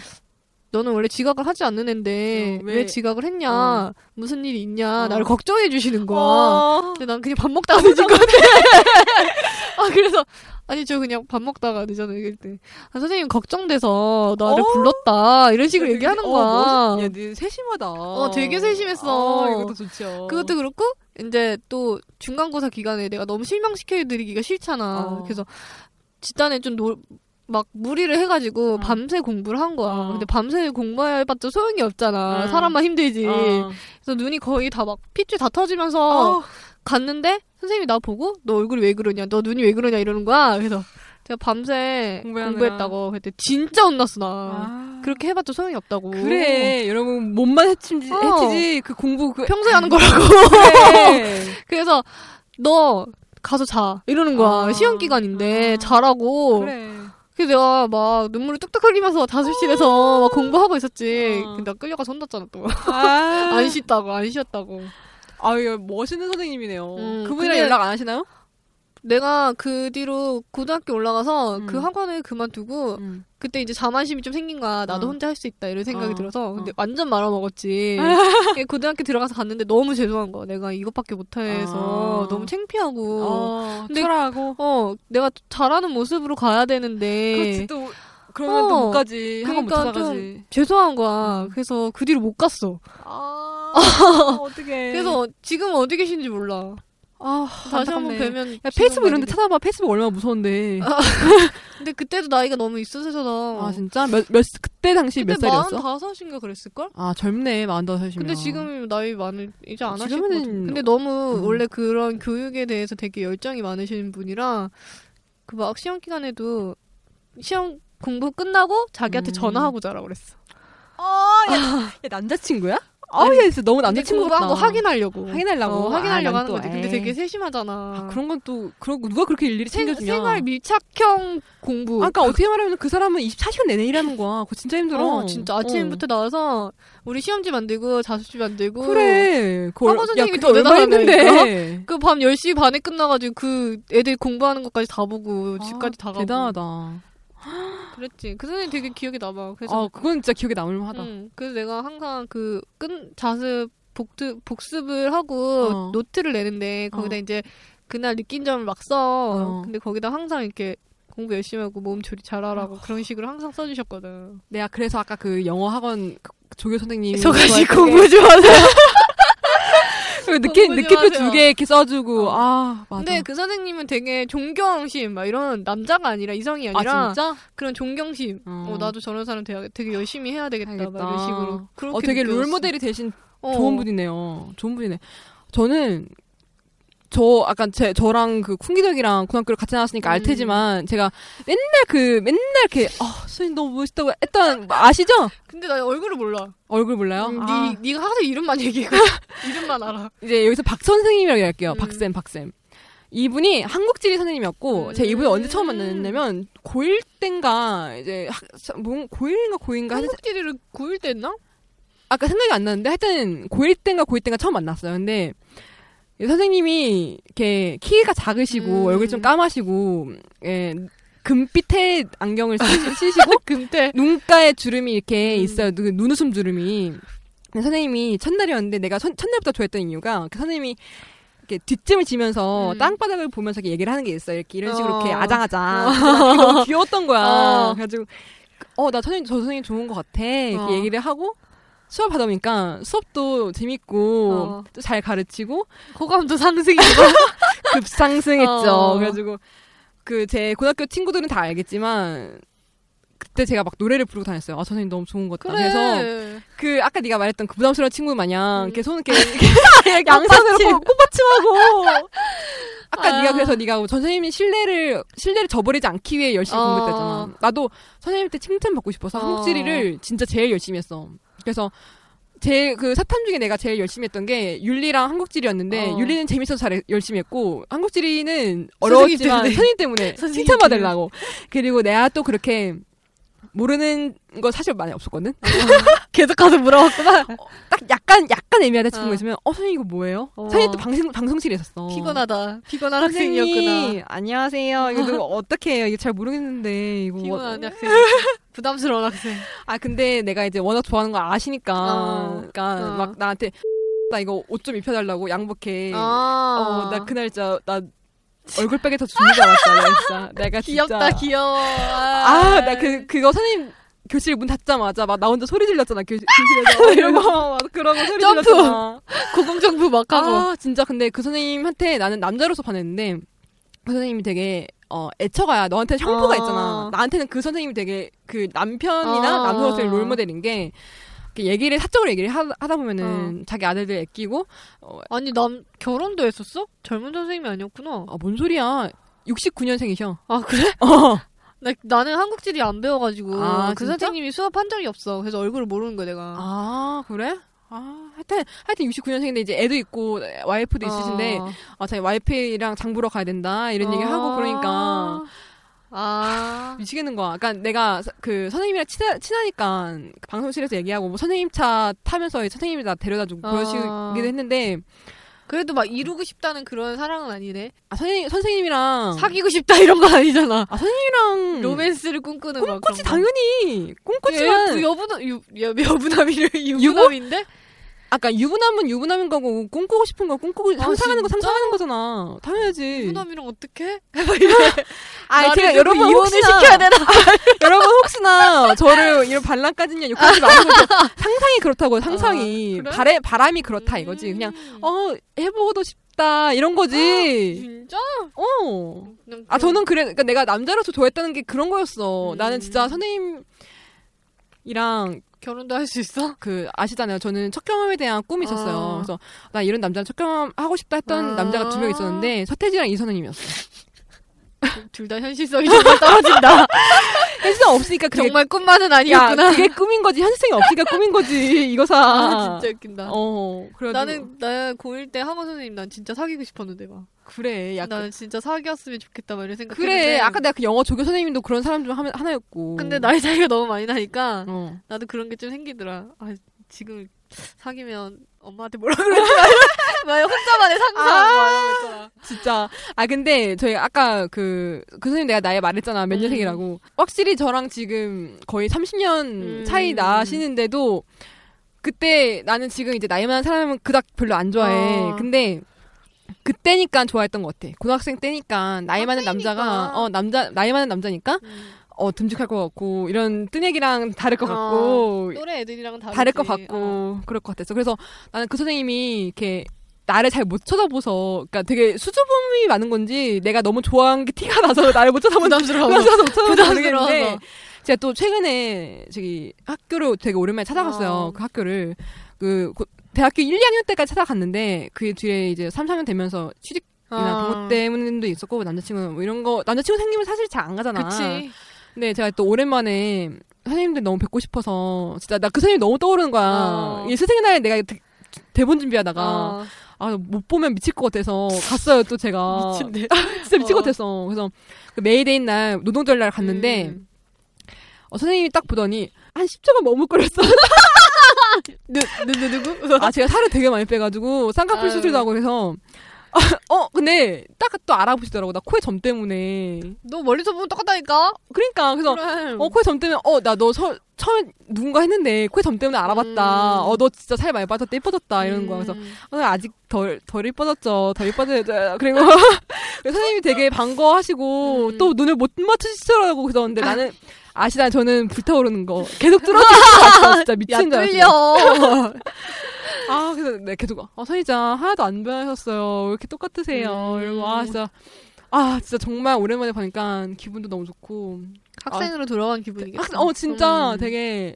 Speaker 2: 너는 원래 지각을 하지 않는 앤데
Speaker 1: 어,
Speaker 2: 왜,
Speaker 1: 왜-
Speaker 2: 지각을 했냐?
Speaker 1: 어.
Speaker 2: 무슨 일이 있냐?
Speaker 1: 어.
Speaker 2: 나를 걱정해 주시는 거야.
Speaker 1: 어.
Speaker 2: 근데 난 그냥 밥 먹다가 늦은
Speaker 1: [laughs]
Speaker 2: 건데. 아, 그래서, 아니, 저 그냥 밥 먹다가 늦었는데, 이랬더니, 아, 선생님 걱정돼서 나를
Speaker 1: 어?
Speaker 2: 불렀다. 이런 식으로 얘기하는
Speaker 1: 어, 멋있-
Speaker 2: 거야.
Speaker 1: 야, 네 세심하다.
Speaker 2: 어, 되게 세심했어.
Speaker 1: 아, 이것도 좋죠.
Speaker 2: 그것도 그렇고, 이제 또 중간고사 기간에 내가 너무 실망시켜드리기가 싫잖아.
Speaker 1: 어.
Speaker 2: 그래서, 집단에 좀 놀, 막 무리를 해가지고
Speaker 1: 음.
Speaker 2: 밤새 공부를 한 거야.
Speaker 1: 어.
Speaker 2: 근데 밤새 공부해봤자 소용이 없잖아.
Speaker 1: 음.
Speaker 2: 사람만 힘들지.
Speaker 1: 어.
Speaker 2: 그래서 눈이 거의 다 막 핏줄 다 터지면서
Speaker 1: 어.
Speaker 2: 갔는데 선생님이 나 보고 너 얼굴이 왜 그러냐 너 눈이 왜 그러냐 이러는 거야 그래서 제가 밤새
Speaker 1: 공부하느라.
Speaker 2: 공부했다고 그때 진짜 혼났어 나
Speaker 1: 아.
Speaker 2: 그렇게 해봤자 소용이 없다고
Speaker 1: 그래 여러분 몸만 해치지
Speaker 2: 어.
Speaker 1: 해치지 그 공부 그
Speaker 2: 평소에 하는 거라고
Speaker 1: [laughs] 그래.
Speaker 2: 그래서 너 가서 자 이러는 거야
Speaker 1: 아.
Speaker 2: 시험 기간인데
Speaker 1: 아.
Speaker 2: 자라고 그래.
Speaker 1: 그래.
Speaker 2: 서 내가 막 눈물을 뚝뚝 흘리면서 다술실에서 막 공부하고 있었지
Speaker 1: 어.
Speaker 2: 근데 나 끌려가서 혼났잖아
Speaker 1: 아,
Speaker 2: [laughs] 또안 씻다고 안 씻었다고
Speaker 1: 아, 이거 멋있는 선생님이네요.
Speaker 2: 음,
Speaker 1: 그분이랑
Speaker 2: 근데-
Speaker 1: 연락 안 하시나요?
Speaker 2: 내가 그 뒤로 고등학교 올라가서
Speaker 1: 음.
Speaker 2: 그 학원을 그만두고
Speaker 1: 음.
Speaker 2: 그때 이제 자만심이 좀 생긴 거야. 나도
Speaker 1: 어.
Speaker 2: 혼자 할 수 있다 이런 생각이
Speaker 1: 어,
Speaker 2: 들어서 근데
Speaker 1: 어. [laughs]
Speaker 2: 완전 말아먹었지. 고등학교 들어가서 갔는데 너무 죄송한 거야. 내가 이것밖에 못해서
Speaker 1: 어.
Speaker 2: 너무 창피하고. 어.
Speaker 1: 어,
Speaker 2: 근데-
Speaker 1: 초라하고.
Speaker 2: 내가 잘하는 모습으로 가야 되는데
Speaker 1: 그렇지 또 그러면
Speaker 2: 어,
Speaker 1: 또 못 가지. 학원 못
Speaker 2: 그러니까
Speaker 1: 찾아가지.
Speaker 2: 죄송한 거야.
Speaker 1: 음.
Speaker 2: 그래서 그 뒤로 못 갔어. [laughs]
Speaker 1: 아, 어떡해.
Speaker 2: 그래서 지금 어디 계신지 몰라.
Speaker 1: 네. 아,
Speaker 2: 다시 한번
Speaker 1: 안타깝네.
Speaker 2: 뵈면 어.
Speaker 1: 야, 페이스북 이런 데
Speaker 2: 지금
Speaker 1: 찾아봐. 페이스북 얼마나 무서운데. 아,
Speaker 2: 근데 그때도 나이가 너무 있으셔서 나
Speaker 1: 진짜? 몇, 몇, 그때 당시
Speaker 2: 그때
Speaker 1: 몇 살이었어?
Speaker 2: 45인가 그랬을 걸?
Speaker 1: 아, 젊네. 45살이면.
Speaker 2: 근데 지금 나이 많을 이제 안 하실 것
Speaker 1: 지금은-
Speaker 2: 같은데. 근데 너무
Speaker 1: 음.
Speaker 2: 원래 그런 교육에 대해서 되게 열정이 많으신 분이라 그 막 시험 기간에도 시험 공부 끝나고
Speaker 1: 음.
Speaker 2: 자기한테 전화하고 자라 그랬어.
Speaker 1: 아, 야, 야, 남자친구야? 아우, 야, 진짜 너무
Speaker 2: 근데
Speaker 1: 남자친구
Speaker 2: 공부한
Speaker 1: 같다.
Speaker 2: 거 확인하려고.
Speaker 1: 확인하려고.
Speaker 2: 어,
Speaker 1: 아, 난
Speaker 2: 확인하려고 하는
Speaker 1: 또,
Speaker 2: 거지. 근데
Speaker 1: 에이.
Speaker 2: 되게 세심하잖아.
Speaker 1: 아, 그런 건 또 그런 거 누가 그렇게 일일이
Speaker 2: 생,
Speaker 1: 챙겨주냐?
Speaker 2: 생활 밀착형 공부.
Speaker 1: 아까 어떻게 말하면 그 사람은 24시간 내내 일하는 거야. 그거 진짜 힘들어.
Speaker 2: 어, 진짜 아침부터 나와서 우리 시험지 만들고 자습지 만들고
Speaker 1: 어. 그래. 그걸-
Speaker 2: 학원 선생님이
Speaker 1: 야, 그거
Speaker 2: 더
Speaker 1: 얼마나
Speaker 2: 대단하다니까.
Speaker 1: [laughs] 힘든데.
Speaker 2: 그 밤 10시 반에 끝나가지고 그 애들 공부하는 것까지 다 보고 그 집까지 다
Speaker 1: 아,
Speaker 2: 가고
Speaker 1: 대단하다.
Speaker 2: 그랬지. 그 선생님 되게 기억에 남아. 그래서
Speaker 1: 아, 그건 진짜 기억에 남을 만하다.
Speaker 2: 응. 음. 그래서 내가 항상 그 끈 자습 복습 복습을 하고
Speaker 1: 어.
Speaker 2: 노트를 내는데 거기다
Speaker 1: 어.
Speaker 2: 이제 그날 느낀 점을 막 써.
Speaker 1: 어.
Speaker 2: 근데 거기다 항상 이렇게 공부 열심히 하고 몸 조리 잘하라고
Speaker 1: 아.
Speaker 2: 그런 식으로 항상 써주셨거든.
Speaker 1: 내가 그래서 아까 그 영어 학원 그 조교 선생님이
Speaker 2: 저같이
Speaker 1: 좋아했던
Speaker 2: 공부
Speaker 1: [laughs]
Speaker 2: 좀 하세요.
Speaker 1: 게 느낌
Speaker 2: 공부 좀
Speaker 1: 느낌표
Speaker 2: 하세요.
Speaker 1: 두 개 이렇게 써주고
Speaker 2: 어.
Speaker 1: 아 맞아.
Speaker 2: 근데 그 선생님은 되게 존경심 막 이런 남자가 아니라 이성이 아니라
Speaker 1: 아 진짜?
Speaker 2: 그런 존경심.
Speaker 1: 어.
Speaker 2: 어, 나도 저런 사람 돼야 되게 열심히 해야 되겠다. 막 이런
Speaker 1: 알겠다.
Speaker 2: 식으로. 그렇게
Speaker 1: 어 되게 롤
Speaker 2: 느껴졌어.
Speaker 1: 모델이 되신
Speaker 2: 어.
Speaker 1: 좋은 분이네요. 좋은 분이네. 저는 저 아까 제 저랑 그 쿵기덕이랑 고등학교를 같이 나왔으니까 알
Speaker 2: 음.
Speaker 1: 테지만 제가 맨날 그 맨날 이렇게 아 선생님 너무 멋있다고 했던 거 아시죠?
Speaker 2: 근데 나 얼굴을 몰라.
Speaker 1: 얼굴 몰라요?
Speaker 2: 음,
Speaker 1: 아,
Speaker 2: 니, 네가 하도 이름만 얘기해. [laughs] 이름만 알아.
Speaker 1: 이제 여기서 박 선생님이라고 할게요.
Speaker 2: 음.
Speaker 1: 박쌤 박쌤. 이분이 한국지리 선생님이었고
Speaker 2: 음.
Speaker 1: 제가 이분을 언제 처음 만났냐면 고1 땐가 이제 학, 뭔 고1인가 고2인가 그러니까 하여튼
Speaker 2: 한국지리를 9일 그 때 했나?
Speaker 1: 아까 생각이 안 나는데 하여튼 고1 땐가 고2 땐가 처음 만났어요. 근데 이 선생님이 이렇게 키가 작으시고
Speaker 2: 음.
Speaker 1: 얼굴이 좀 까마시고 예, 금빛에 안경을 쓰- 쓰시고
Speaker 2: 금태.
Speaker 1: 눈가에 주름이 이렇게
Speaker 2: 음.
Speaker 1: 있어요. 눈, 눈웃음 주름이. 근데 선생님이 첫날이었는데 내가 선- 첫날부터 좋아했던 이유가 그 선생님이 이렇게 뒷짐을 지면서
Speaker 2: 음.
Speaker 1: 땅바닥을 보면서 이렇게 얘기를 하는 게 있어요. 이렇게 이런 식으로
Speaker 2: 어.
Speaker 1: 이렇게 아장아장. 그래서 그게 너무 귀여웠던 거야.
Speaker 2: 어.
Speaker 1: 그래가지고 어 나 선생님 저 선생님 좋은 것 같아. 이렇게
Speaker 2: 어.
Speaker 1: 얘기를 하고 수업 하다 보니까 수업도 재밌고
Speaker 2: 어.
Speaker 1: 또 잘 가르치고
Speaker 2: 호감도 상승이고.
Speaker 1: 급상승했죠.
Speaker 2: 어.
Speaker 1: 그래가지고 그 제 고등학교 친구들은 다 알겠지만 그때 제가 막 노래를 부르고 다녔어요. 아 선생님 너무 좋은 것 같다. 래서그 아까 네가 말했던 그 부담스러운 친구 마냥
Speaker 2: 음.
Speaker 1: 이렇게 손을 [laughs] 이렇게, 이렇게 양손으로 꽃받침하고 [laughs] 아까
Speaker 2: 아.
Speaker 1: 네가 그래서 네가 뭐 선생님이 신뢰를 신뢰를 저버리지 않기 위해 열심히
Speaker 2: 어.
Speaker 1: 공부했다잖아. 나도 선생님한테 칭찬 받고 싶어서
Speaker 2: 어.
Speaker 1: 한국지리를 진짜 제일 열심히 했어. 그래서 제 그 사탐 중에 내가 제일 열심히 했던 게 윤리랑 한국지리였는데
Speaker 2: 어.
Speaker 1: 윤리는 재밌어서 잘 해- 열심히 했고 한국지리는
Speaker 2: 선생님
Speaker 1: 어려웠지만 네,
Speaker 2: [laughs] 때문에.
Speaker 1: 선생님 때문에
Speaker 2: 선생님
Speaker 1: 칭찬 받으려고 그리고 내가 또 그렇게 모르는 거 사실 많이 없었거든.
Speaker 2: 어. [laughs] 계속 가서 물어봤구나.
Speaker 1: 딱 약간 약간 애매하다 싶은
Speaker 2: 어.
Speaker 1: 거 있으면 어 선생님 이거 뭐예요?
Speaker 2: 어.
Speaker 1: 선생님 또 방송 방송실에 있었어.
Speaker 2: 피곤하다. 피곤한
Speaker 1: 선생님,
Speaker 2: 학생이었구나. [laughs]
Speaker 1: 안녕하세요. 이거 누구 어떻게 해요? 이거 잘 모르겠는데 이거 뭐
Speaker 2: 피곤한 학생. 부담스러운 학생.
Speaker 1: 아 근데 내가 이제 워낙 좋아하는 거 아시니까
Speaker 2: 어.
Speaker 1: 그러니까
Speaker 2: 어.
Speaker 1: 막 나한테 [laughs] 나 이거 옷 좀 입혀달라고
Speaker 2: 예.
Speaker 1: 양복해
Speaker 2: 아.
Speaker 1: 어나 그날 진짜 나 얼굴 빼기 더 죽는 줄 알았다 내가 진짜 내가
Speaker 2: 귀엽다,
Speaker 1: 진짜
Speaker 2: 귀여워. 아,
Speaker 1: 아나 그 그거 선생님 교실 문 닫자마자 막 나 혼자 소리 질렀잖아 교, 교실에서
Speaker 2: [laughs]
Speaker 1: 어, 이러고 막 [laughs] 그러고 소리
Speaker 2: 점프!
Speaker 1: 질렀잖아
Speaker 2: 고공정부 막 하고.
Speaker 1: 아 진짜 근데 그 선생님한테 나는 남자로서 반했는데 그 선생님이 되게 어 애처가야 너한테 는 형부가
Speaker 2: 어.
Speaker 1: 있잖아 나한테는 그 선생님이 되게 그 남편이나
Speaker 2: 어.
Speaker 1: 남성으로서의 롤모델인 게 이렇게 얘기를 사적으로 얘기를 하, 하다 보면은 자기 아들들 애끼고
Speaker 2: 아니, 남, 결혼도 했었어? 젊은 선생님이 아니었구나.
Speaker 1: 아, 뭔 소리야 69년생이셔
Speaker 2: 아, [laughs] 그래?
Speaker 1: 어.
Speaker 2: 나, 나는 한국지리 안 배워가지고.
Speaker 1: 아,
Speaker 2: 그
Speaker 1: 진짜?
Speaker 2: 선생님이 수업한 적이 없어. 그래서 얼굴을 모르는 거야, 내가.
Speaker 1: 아 그래 아 하여튼 하여튼 69년생인데 이제 애도 있고 와이프도 있으신데
Speaker 2: 어.
Speaker 1: 아 자기 와이프랑 장 보러 가야 된다 이런 얘기 하고 그러니까
Speaker 2: 아.
Speaker 1: 미치겠는 거야. 그러니까 내가 서- 그 선생님이랑 친하, 친하니까 그 방송실에서 얘기하고 뭐 선생님 차 타면서 선생님이 나 데려다 주고
Speaker 2: 아.
Speaker 1: 그러시기도 했는데
Speaker 2: 그래도 막 이루고 싶다는 그런 사랑은 아니네.
Speaker 1: 아 선생님 선생님이랑
Speaker 2: 사귀고 싶다 이런 건 아니잖아.
Speaker 1: 아 선생님이랑
Speaker 2: 로맨스를 예, 꿈꾸는 거.
Speaker 1: 꿈꽃이 당연히 꿈꽃이만 음.
Speaker 2: 여부남 유, 여,
Speaker 1: [laughs]
Speaker 2: 여부남이래 유부남인데
Speaker 1: 아까 유부남은 유부남인 거고 꿈꾸고 싶은 거 꿈꾸고
Speaker 2: 아,
Speaker 1: 상상하는 거
Speaker 2: 진짜?
Speaker 1: 상상하는 거잖아. 당연하지.
Speaker 2: 유부남이랑 [laughs] 어떻게?
Speaker 1: 아 제가 여러분
Speaker 2: 이혼을
Speaker 1: 혹시나
Speaker 2: 시켜야 되나?
Speaker 1: [laughs] 여러분 혹시나 저를 이런 반란까지냐 욕하지
Speaker 2: [laughs]
Speaker 1: 마시고 상상이 그렇다고 상상이
Speaker 2: 아, 그래? 음.
Speaker 1: 바래, 바람이 그렇다 이거지 그냥 어 해보고도 싶다 이런 거지.
Speaker 2: 진짜?
Speaker 1: 어.
Speaker 2: 그냥
Speaker 1: 아
Speaker 2: 그런-
Speaker 1: 저는 그래 그러니까 내가 남자로서 좋아했다는 게 그런 거였어.
Speaker 2: 음.
Speaker 1: 나는 진짜 선생님이랑
Speaker 2: 결혼도 할
Speaker 1: [laughs]
Speaker 2: 수 있어?
Speaker 1: 그 아시잖아요. 저는 첫 경험에 대한 꿈이 있었어요.
Speaker 2: 아.
Speaker 1: 그래서 나 이런 남자랑 첫 경험 하고 싶다 했던
Speaker 2: 아.
Speaker 1: 남자가 두 명 있었는데 서태지랑 이선우님이었어.
Speaker 2: 둘 다 현실성이
Speaker 1: [laughs]
Speaker 2: 정말 떨어진다.
Speaker 1: 현실성 없으니까 그게
Speaker 2: 정말 꿈만은
Speaker 1: 야,
Speaker 2: 아니었구나.
Speaker 1: 그게 꿈인 거지. 현실성이 없으니까 꿈인 거지. 이거사.
Speaker 2: 아, 진짜 웃긴다.
Speaker 1: 어. 그래
Speaker 2: 나는 나는 고1 때 학원 선생님 난 진짜 사귀고 싶었는데 막
Speaker 1: 그래. 약간
Speaker 2: 나는 진짜 사귀었으면 좋겠다 막 이런 생각
Speaker 1: 그래.
Speaker 2: 했는데 음.
Speaker 1: 아까 내가 그 영어 조교 선생님도 그런 사람 중 하- 하나였고.
Speaker 2: 근데 나이 차이가 너무 많이 나니까
Speaker 1: 어.
Speaker 2: 나도 그런 게 좀 생기더라. 아, 지금 사귀면 엄마한테 뭐라 그러지? [laughs] 막 혼자만의 상상. 막 이런 거 있잖아.
Speaker 1: 진짜. 아, 근데 저희 아까 그, 그 선생님 내가 나이 말했잖아. 몇
Speaker 2: 음.
Speaker 1: 년생이라고. 확실히 저랑 지금 거의 30년
Speaker 2: 음.
Speaker 1: 차이 나시는데도 그때 나는 지금 이제 나이 많은 사람은 그닥 별로 안 좋아해.
Speaker 2: 어.
Speaker 1: 근데 그때니까 좋아했던 것 같아. 고등학생 때니까 나이 많은 남자가,
Speaker 2: 학생이니까.
Speaker 1: 어, 남자, 나이 많은 남자니까
Speaker 2: 음.
Speaker 1: 어, 듬직할 것 같고 이런 뜬애기랑 다를 것
Speaker 2: 어.
Speaker 1: 같고
Speaker 2: 또래 애들이랑은 다르지.
Speaker 1: 다를 것
Speaker 2: 어.
Speaker 1: 같고 그럴 것 같았어. 그래서 나는 그 선생님이 이렇게 나를 잘 못 쳐다보서, 그러니까 되게 수줍음이 많은 건지 내가 너무 좋아한 게 티가 나서 [laughs] 나를 못 쳐다보는
Speaker 2: [laughs] 부담스러워.
Speaker 1: [laughs] 부담스러워서 못 쳐다보는
Speaker 2: 부담스러워서.
Speaker 1: 모르겠는데 제가 또 최근에 저기 학교를 되게 오랜만에 찾아갔어요.
Speaker 2: 어.
Speaker 1: 그 학교를 그 고- 대학교 1, 2학년 때까지 찾아갔는데 그 뒤에 이제 3, 4학년 되면서 취직이나
Speaker 2: 아.
Speaker 1: 그런 것 때문도 있었고 남자친구는 뭐 이런 거 남자친구 생기면 사실 잘 안 가잖아.
Speaker 2: 그치.
Speaker 1: 네, 제가 또 오랜만에 선생님들 너무 뵙고 싶어서 진짜 나 그 선생님 너무 떠오르는 거야.
Speaker 2: 어.
Speaker 1: 이 스승의 날 내가 대- 대본 준비하다가
Speaker 2: 어.
Speaker 1: 아 못 보면 미칠 것 같아서 갔어요 또 제가
Speaker 2: 미친데.
Speaker 1: 진짜 미칠
Speaker 2: 어.
Speaker 1: 것 같았어. 그래서 그 메이데이 날 노동절 날 갔는데
Speaker 2: 음.
Speaker 1: 어, 선생님이 딱 보더니 한 10초간 머뭇거렸어. [laughs]
Speaker 2: 누, 누, 누, 누구?
Speaker 1: 아 제가 살을 되게 많이 빼가지고 쌍꺼풀
Speaker 2: 아유.
Speaker 1: 수술도 하고 그래서 어 근데 딱 또 알아보시더라고 나 코에 점 때문에
Speaker 2: 너 멀리서 보면 똑같다니까?
Speaker 1: 그러니까 그래서
Speaker 2: 그래.
Speaker 1: 어, 코에 점 때문에, 어, 나 너 처음에 누군가 했는데, 코에 점 때문에 알아봤다.
Speaker 2: 음.
Speaker 1: 어, 너 진짜 살 많이 빠졌다. 예뻐졌다. 이러는 거야. 그래서,
Speaker 2: 음.
Speaker 1: 어, 아직 덜, 덜 예뻐졌죠. 덜 예뻐졌죠.
Speaker 2: [laughs]
Speaker 1: 그리고, [laughs] 선생님이 되게 반가워하시고,
Speaker 2: 음.
Speaker 1: 또 눈을 못 맞추시더라고 그러는데, 나는, 아시다, 저는 불타오르는 거. 계속 뚫어지는
Speaker 2: [laughs]
Speaker 1: 거 같아. 진짜
Speaker 2: 야,
Speaker 1: 미친 줄
Speaker 2: [laughs]
Speaker 1: 알았어.
Speaker 2: 뚫려.
Speaker 1: 아, 그래서 내가 계속, 어, 선생님, 하나도 안 변하셨어요. 왜 이렇게 똑같으세요.
Speaker 2: 음.
Speaker 1: 이러고, 아, 진짜. 아, 진짜 정말 오랜만에 보니까 기분도 너무 좋고.
Speaker 2: 학생으로 돌아간 기분이겠다.
Speaker 1: 학- 어 진짜
Speaker 2: 음.
Speaker 1: 되게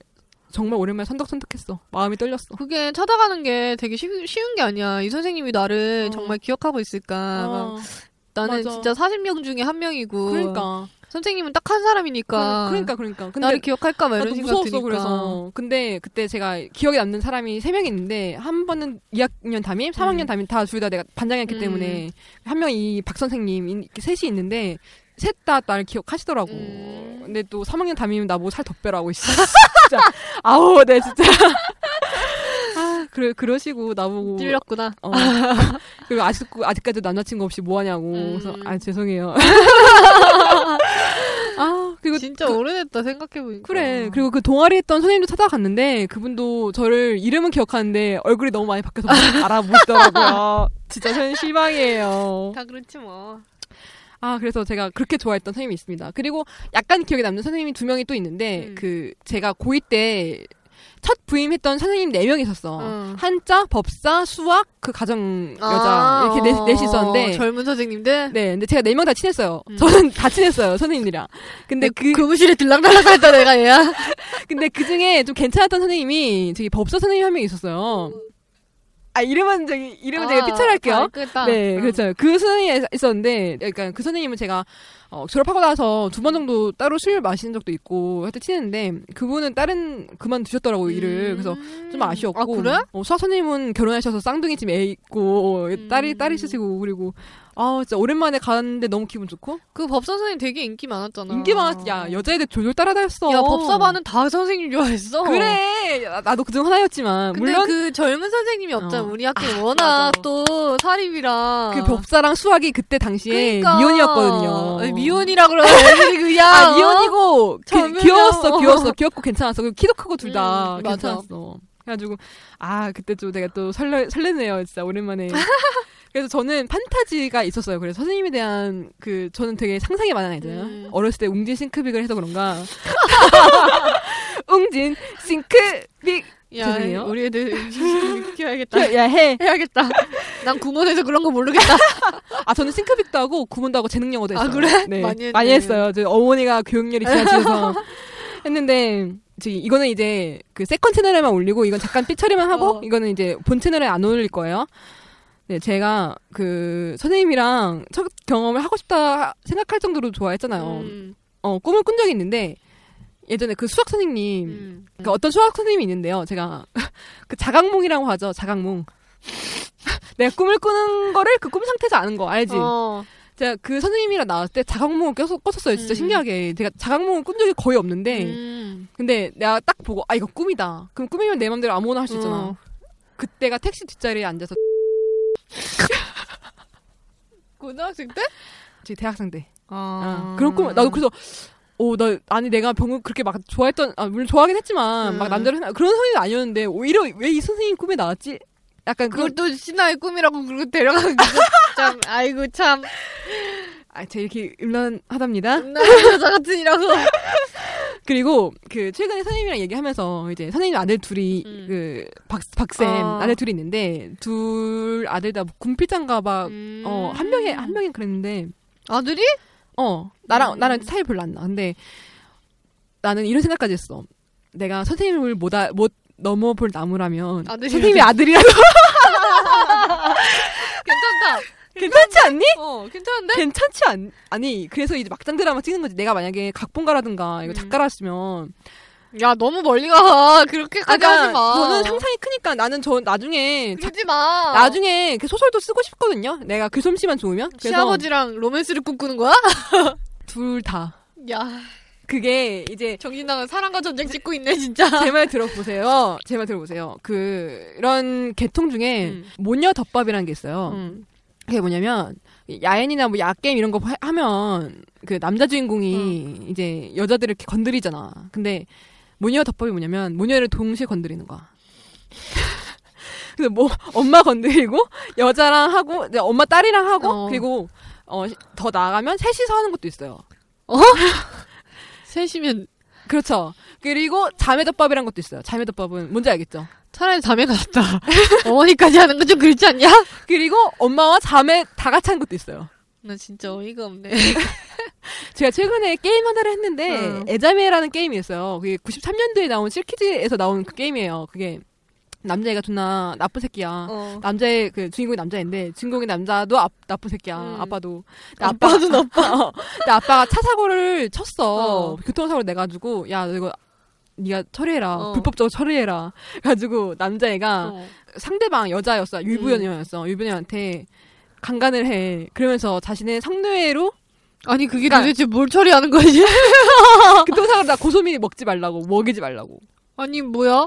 Speaker 1: 정말 오랜만에 선덕선덕했어. 마음이 떨렸어.
Speaker 2: 그게 찾아가는 게 되게 쉬, 쉬운 게 아니야. 이 선생님이 나를
Speaker 1: 어.
Speaker 2: 정말 기억하고 있을까. 막
Speaker 1: 어,
Speaker 2: 나는
Speaker 1: 맞아.
Speaker 2: 진짜 40명 중에 한 명이고
Speaker 1: 그러니까
Speaker 2: 선생님은 딱 한 사람이니까
Speaker 1: 그러니까 그러니까. 근데
Speaker 2: 나를 기억할까 막
Speaker 1: 나도
Speaker 2: 이런 생각
Speaker 1: 무서웠어
Speaker 2: 드니까
Speaker 1: 그래서. 근데 그때 제가 기억에 남는 사람이 세 명이 있는데 한 번은 2학년 담임, 3학년 담임 다 둘 다 내가 반장이었기
Speaker 2: 음.
Speaker 1: 때문에 한 명이 박 선생님 이렇게 셋이 있는데 셋 다 나를 기억하시더라고.
Speaker 2: 음.
Speaker 1: 근데 또 3학년 담임은 나 뭐 살 더 빼라고 있어. [laughs] 진짜. 아우, 네 진짜. [laughs] 아, 그래 그러시고 나보고
Speaker 2: 찔렸구나.
Speaker 1: 어. [laughs] 그리고 아직 아직까지 남자친구 없이 뭐 하냐고. 그래서
Speaker 2: 음.
Speaker 1: 아
Speaker 2: [laughs]
Speaker 1: 죄송해요. 아 그리고
Speaker 2: 진짜 오래됐다 생각해보니까.
Speaker 1: 그래. 그리고 그 동아리 했던 선생님도 찾아갔는데 그분도 저를 이름은 기억하는데 얼굴이 너무 많이 바뀌어서
Speaker 2: [laughs]
Speaker 1: 못 알아보시더라고요. 진짜 저는 실망이에요.
Speaker 2: 다 그렇지 뭐.
Speaker 1: 아 그래서 제가 그렇게 좋아했던 선생님이 있습니다. 그리고 약간 기억에 남는 선생님이 두 명이 또 있는데
Speaker 2: 음.
Speaker 1: 그 제가 고2 때 첫 부임했던 선생님 네 명이 있었어.
Speaker 2: 음.
Speaker 1: 한자, 법사, 수학, 그 가정 여자
Speaker 2: 아,
Speaker 1: 이렇게 넷,
Speaker 2: 어,
Speaker 1: 넷이 있었는데
Speaker 2: 젊은 선생님들.
Speaker 1: 네, 근데 제가 네 명 다 친했어요.
Speaker 2: 음. 네,
Speaker 1: 저는 다 친했어요, 선생님들이랑. 근데 그,
Speaker 2: 교무실에 들락날락 했다 내가 얘야.
Speaker 1: 근데 그 중에 좀 괜찮았던 선생님이 저기 법사 선생님 한 명 있었어요. 아 이름은 저기 이름은
Speaker 2: 아,
Speaker 1: 제가 피처할게요.
Speaker 2: 그러니까. 음.
Speaker 1: 네, 그렇죠. 그 선생님이 있었는데, 약간 그 선생님은 제가 어, 졸업하고 나서 두 번 정도 따로 술 마시는 적도 있고 하여튼 치는데 그분은 다른 그만 두셨더라고 요 일을. 그래서 좀 아쉬웠고.
Speaker 2: 음. 아, 그래?
Speaker 1: 어, 수학 선생님은 결혼하셔서 쌍둥이 지금 애 있고 어, 딸이
Speaker 2: 음.
Speaker 1: 딸이 있으시고 그리고 아 진짜 오랜만에 갔는데 너무 기분 좋고
Speaker 2: 그 법사 선생님 되게 인기 많았잖아.
Speaker 1: 인기 많았어. 야 여자애들 졸졸 따라다녔어.
Speaker 2: 야, 법사반은 다 선생님 좋아했어.
Speaker 4: 네.
Speaker 1: 그래 야, 나도 그중 하나였지만
Speaker 2: 근데
Speaker 1: 물론
Speaker 2: 그 젊은 선생님이 없잖아.
Speaker 1: 어.
Speaker 2: 우리 학교 에 워낙
Speaker 1: 맞아.
Speaker 2: 또 사립이랑.
Speaker 1: 그 법사랑 수학이 그때 당시에
Speaker 2: 아. 그러니까.
Speaker 1: 미혼이었거든요.
Speaker 2: 아니, 미혼이라 어? 그러면 애들이 그냥.
Speaker 1: 아, 미혼이고 그-
Speaker 2: 전면이야.
Speaker 1: 귀여웠어,
Speaker 2: [laughs]
Speaker 1: 귀여웠어, 귀엽고 괜찮았어. 그리고 키도 크고 둘 다
Speaker 2: 음, 맞아.
Speaker 1: 괜찮았어. 그래가지고 아 그때 좀 내가 또 설레 설레네요, 진짜
Speaker 2: [laughs]
Speaker 1: 오랜만에. 그래서 저는 판타지가 있었어요. 그래서 선생님에 대한 그 저는 되게 상상이 많아요.
Speaker 2: 음.
Speaker 1: 어렸을 때 웅진 싱크빅을 해서 그런가. [laughs] 웅진 싱크빅
Speaker 2: 어. 야,
Speaker 1: 죄송해요.
Speaker 2: 우리 애들 지금 아, 키워야겠다.
Speaker 1: 야 해.
Speaker 2: 해야겠다. [laughs] 난 구몬에서 그런 거 모르겠다.
Speaker 1: 아 저는 싱크빅도 하고 구몬도 하고 재능 영어도
Speaker 2: 아,
Speaker 1: 했어요.
Speaker 2: 그래?
Speaker 1: 네,
Speaker 2: 많이
Speaker 1: 많이,
Speaker 2: 했네.
Speaker 1: 했어요. 저 어머니가 교육열이
Speaker 2: [laughs]
Speaker 1: 지나치셔서 했는데 저기 이거는 이제 그 세컨 채널에만 올리고 이건 잠깐 삐 처리만 하고
Speaker 2: 어.
Speaker 1: 이거는 이제 본 채널에 안 올릴 거예요. 네, 제가 그 선생님이랑 첫 경험을 하고 싶다 생각할 정도로 좋아했잖아요.
Speaker 2: 음,
Speaker 1: 어 꿈을 꾼 적이 있는데 예전에 그 수학 선생님
Speaker 2: 음.
Speaker 1: 그 어떤 수학 선생님이 있는데요. 제가 [laughs] 그 자각몽이라고 하죠. 자각몽. [laughs] 내가 꿈을 꾸는 거를 그 꿈 상태에서 아는 거 알지?
Speaker 2: 어.
Speaker 1: 제가 그 선생님이랑 나왔을 때 자각몽을 껴서 꿨었어요. 진짜
Speaker 2: 음.
Speaker 1: 신기하게. 제가 자각몽을 꾼 적이 거의 없는데,
Speaker 2: 음.
Speaker 1: 근데 내가 딱 보고, 아, 이거 꿈이다. 그럼 꿈이면 내 맘대로 아무거나 할 수 있잖아.
Speaker 2: 어.
Speaker 1: 그때가 택시 뒷자리에 앉아서,
Speaker 2: 고등학생 때?
Speaker 1: 저기 대학생 때.
Speaker 2: 아.
Speaker 1: 아, 그런 꿈, 나도 그래서, 오, 나, 아니, 내가 병을 그렇게 막 좋아했던, 아, 물론 좋아하긴 했지만,
Speaker 2: 음.
Speaker 1: 막 남자를, 생각- 그런 성인은 아니었는데, 오히려 왜 이 선생님 꿈에 나왔지? 약간 그걸,
Speaker 2: 그걸 또 신하의 꿈이라고 그러고 데려가는 거.
Speaker 1: [laughs]
Speaker 2: 참, 아이고, 참.
Speaker 1: 아, 제가 이렇게 음란하답니다.
Speaker 2: 나 여자 같으니라고.
Speaker 1: 그리고 그 최근에 선생님이랑 얘기하면서 이제 선생님 아들 둘이
Speaker 2: 음.
Speaker 1: 그 박, 박쌤
Speaker 2: 어.
Speaker 1: 아들 둘이 있는데 둘 아들 다뭐 군필장 가봐
Speaker 2: 음.
Speaker 1: 어한 명이 한 명이 그랬는데
Speaker 2: 아들이?
Speaker 1: 어 나랑
Speaker 2: 음.
Speaker 1: 나랑 차이 별로 안 나. 근데 나는 이런 생각까지 했어. 내가 선생님을 못, 아, 못 넘어볼 나무라면
Speaker 2: 아들이라도-
Speaker 1: 선생님이
Speaker 2: [laughs]
Speaker 1: 아들이라도
Speaker 2: 괜찮다.
Speaker 1: 괜찮지 않니?
Speaker 2: 어, 괜찮은데?
Speaker 1: 괜찮지 않 아니 그래서 이제 막장 드라마 찍는 거지. 내가 만약에 각본가라든가 이거
Speaker 2: 음.
Speaker 1: 작가라면
Speaker 2: 야, 너무 멀리 가. [laughs] 아, 그렇게까지
Speaker 1: 그러니까
Speaker 2: 하지 마.
Speaker 1: 저는 상상이 크니까 나는 저 나중에 자-
Speaker 2: 그러지 마.
Speaker 1: 나중에 그 소설도 쓰고 싶거든요. 내가 글솜씨만 좋으면. 그래서
Speaker 2: 시아버지랑 로맨스를 꿈꾸는 거야?
Speaker 1: 둘 다.
Speaker 2: [laughs] 야,
Speaker 1: 그게 이제
Speaker 2: 정신 나간 사랑과 전쟁 찍고 있네, [laughs] 진짜.
Speaker 1: 제 말 들어보세요. 제 말 들어보세요. 그 이런 계통 중에
Speaker 2: 음.
Speaker 1: 모녀 덮밥이라는 게 있어요.
Speaker 2: 음.
Speaker 1: 그게 뭐냐면 야엔이나 뭐 야게임 이런 거 하- 하면 그 남자 주인공이 이제 여자들을 이렇게 건드리잖아. 근데 모녀 덮밥이 뭐냐면 모녀를 동시에 건드리는 거야. [laughs] 그래서 뭐 엄마 건드리고 여자랑 하고 이제 엄마 딸이랑 하고
Speaker 2: 어.
Speaker 1: 그리고 어, 시- 더 나아가면 셋이서 하는 것도 있어요.
Speaker 2: 셋이면
Speaker 1: 그렇죠. 그리고 자매덮밥이란 것도 있어요. 자매덮밥은 뭔지 알겠죠?
Speaker 2: 차라리 자매가 낫다. [laughs] 어머니까지 하는 건 좀 그렇지 않냐?
Speaker 1: 그리고 엄마와 자매 다 같이 하는 것도 있어요.
Speaker 2: [laughs] 나 진짜 어이가 없네.
Speaker 1: 제가 최근에 게임 하나를 했는데
Speaker 2: 음.
Speaker 1: 애자매라는 게임이 있어요. 그게 93년도에 나온 실키즈에서 나온 그 게임이에요. 그게 남자애가 존나 나쁜 새끼야.
Speaker 2: 어.
Speaker 1: 남자의 그 주인공이 남자인데 주인공이 남자도 아, 나쁜 새끼야.
Speaker 2: 음.
Speaker 1: 아빠도. [laughs]
Speaker 2: 아빠도
Speaker 1: 나빠. 근데 아빠가 차 사고를 쳤어.
Speaker 2: 어.
Speaker 1: 교통사고를 내 가지고 야 너 이거 네가 처리해라.
Speaker 2: 어.
Speaker 1: 불법적으로 처리해라. 가지고 남자애가
Speaker 2: 어. 음.
Speaker 1: 상대방 여자였어 유부녀였어 유부녀한테 강간을 해 그러면서 자신의 성노예로
Speaker 2: 아니 그게
Speaker 1: 그러니까-
Speaker 2: 도대체 뭘 처리하는 거지? [laughs]
Speaker 1: 교통사고로 나 고소민이 먹지 말라고 먹이지 말라고
Speaker 2: 아니 [laughs] 뭐야?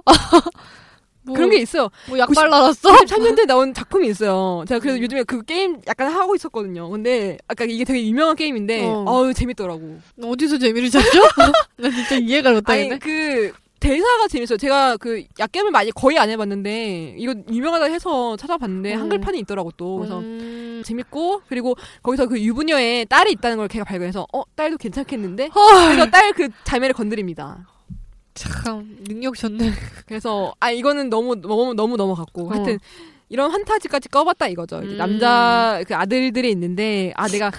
Speaker 2: 뭐,
Speaker 1: 그런 게 있어요.
Speaker 2: 뭐약
Speaker 1: 90
Speaker 2: 발라놨어?
Speaker 1: 93년도에 나온 작품이 있어요. 제가
Speaker 2: 음.
Speaker 1: 그래서 요즘에 그 게임 약간 하고 있었거든요. 근데 아까 이게 되게 유명한 게임인데
Speaker 2: 어.
Speaker 1: 어우 재밌더라고.
Speaker 2: 어디서 재미를 찾죠? [laughs] 나 진짜 이해가
Speaker 1: 아니
Speaker 2: 못하겠네.
Speaker 1: 그 대사가 재밌어요. 제가 그 약겜을 많이 거의 안 해봤는데 이거 유명하다 해서 찾아봤는데
Speaker 2: 음.
Speaker 1: 한글판이 있더라고 또 그래서
Speaker 2: 음.
Speaker 1: 재밌고 그리고 거기서 그 유부녀의 딸이 있다는 걸 걔가 발견해서 어 딸도 괜찮겠는데
Speaker 2: 헐.
Speaker 1: 그래서 딸 그 자매를 건드립니다.
Speaker 2: 참 능력 좋네.
Speaker 1: 그래서 아 이거는 너무 너무 너무 넘어갔고
Speaker 2: 어.
Speaker 1: 하여튼 이런 환타지까지 꺼봤다 이거죠. 이제
Speaker 2: 음.
Speaker 1: 남자 그 아들들이 있는데 아 내가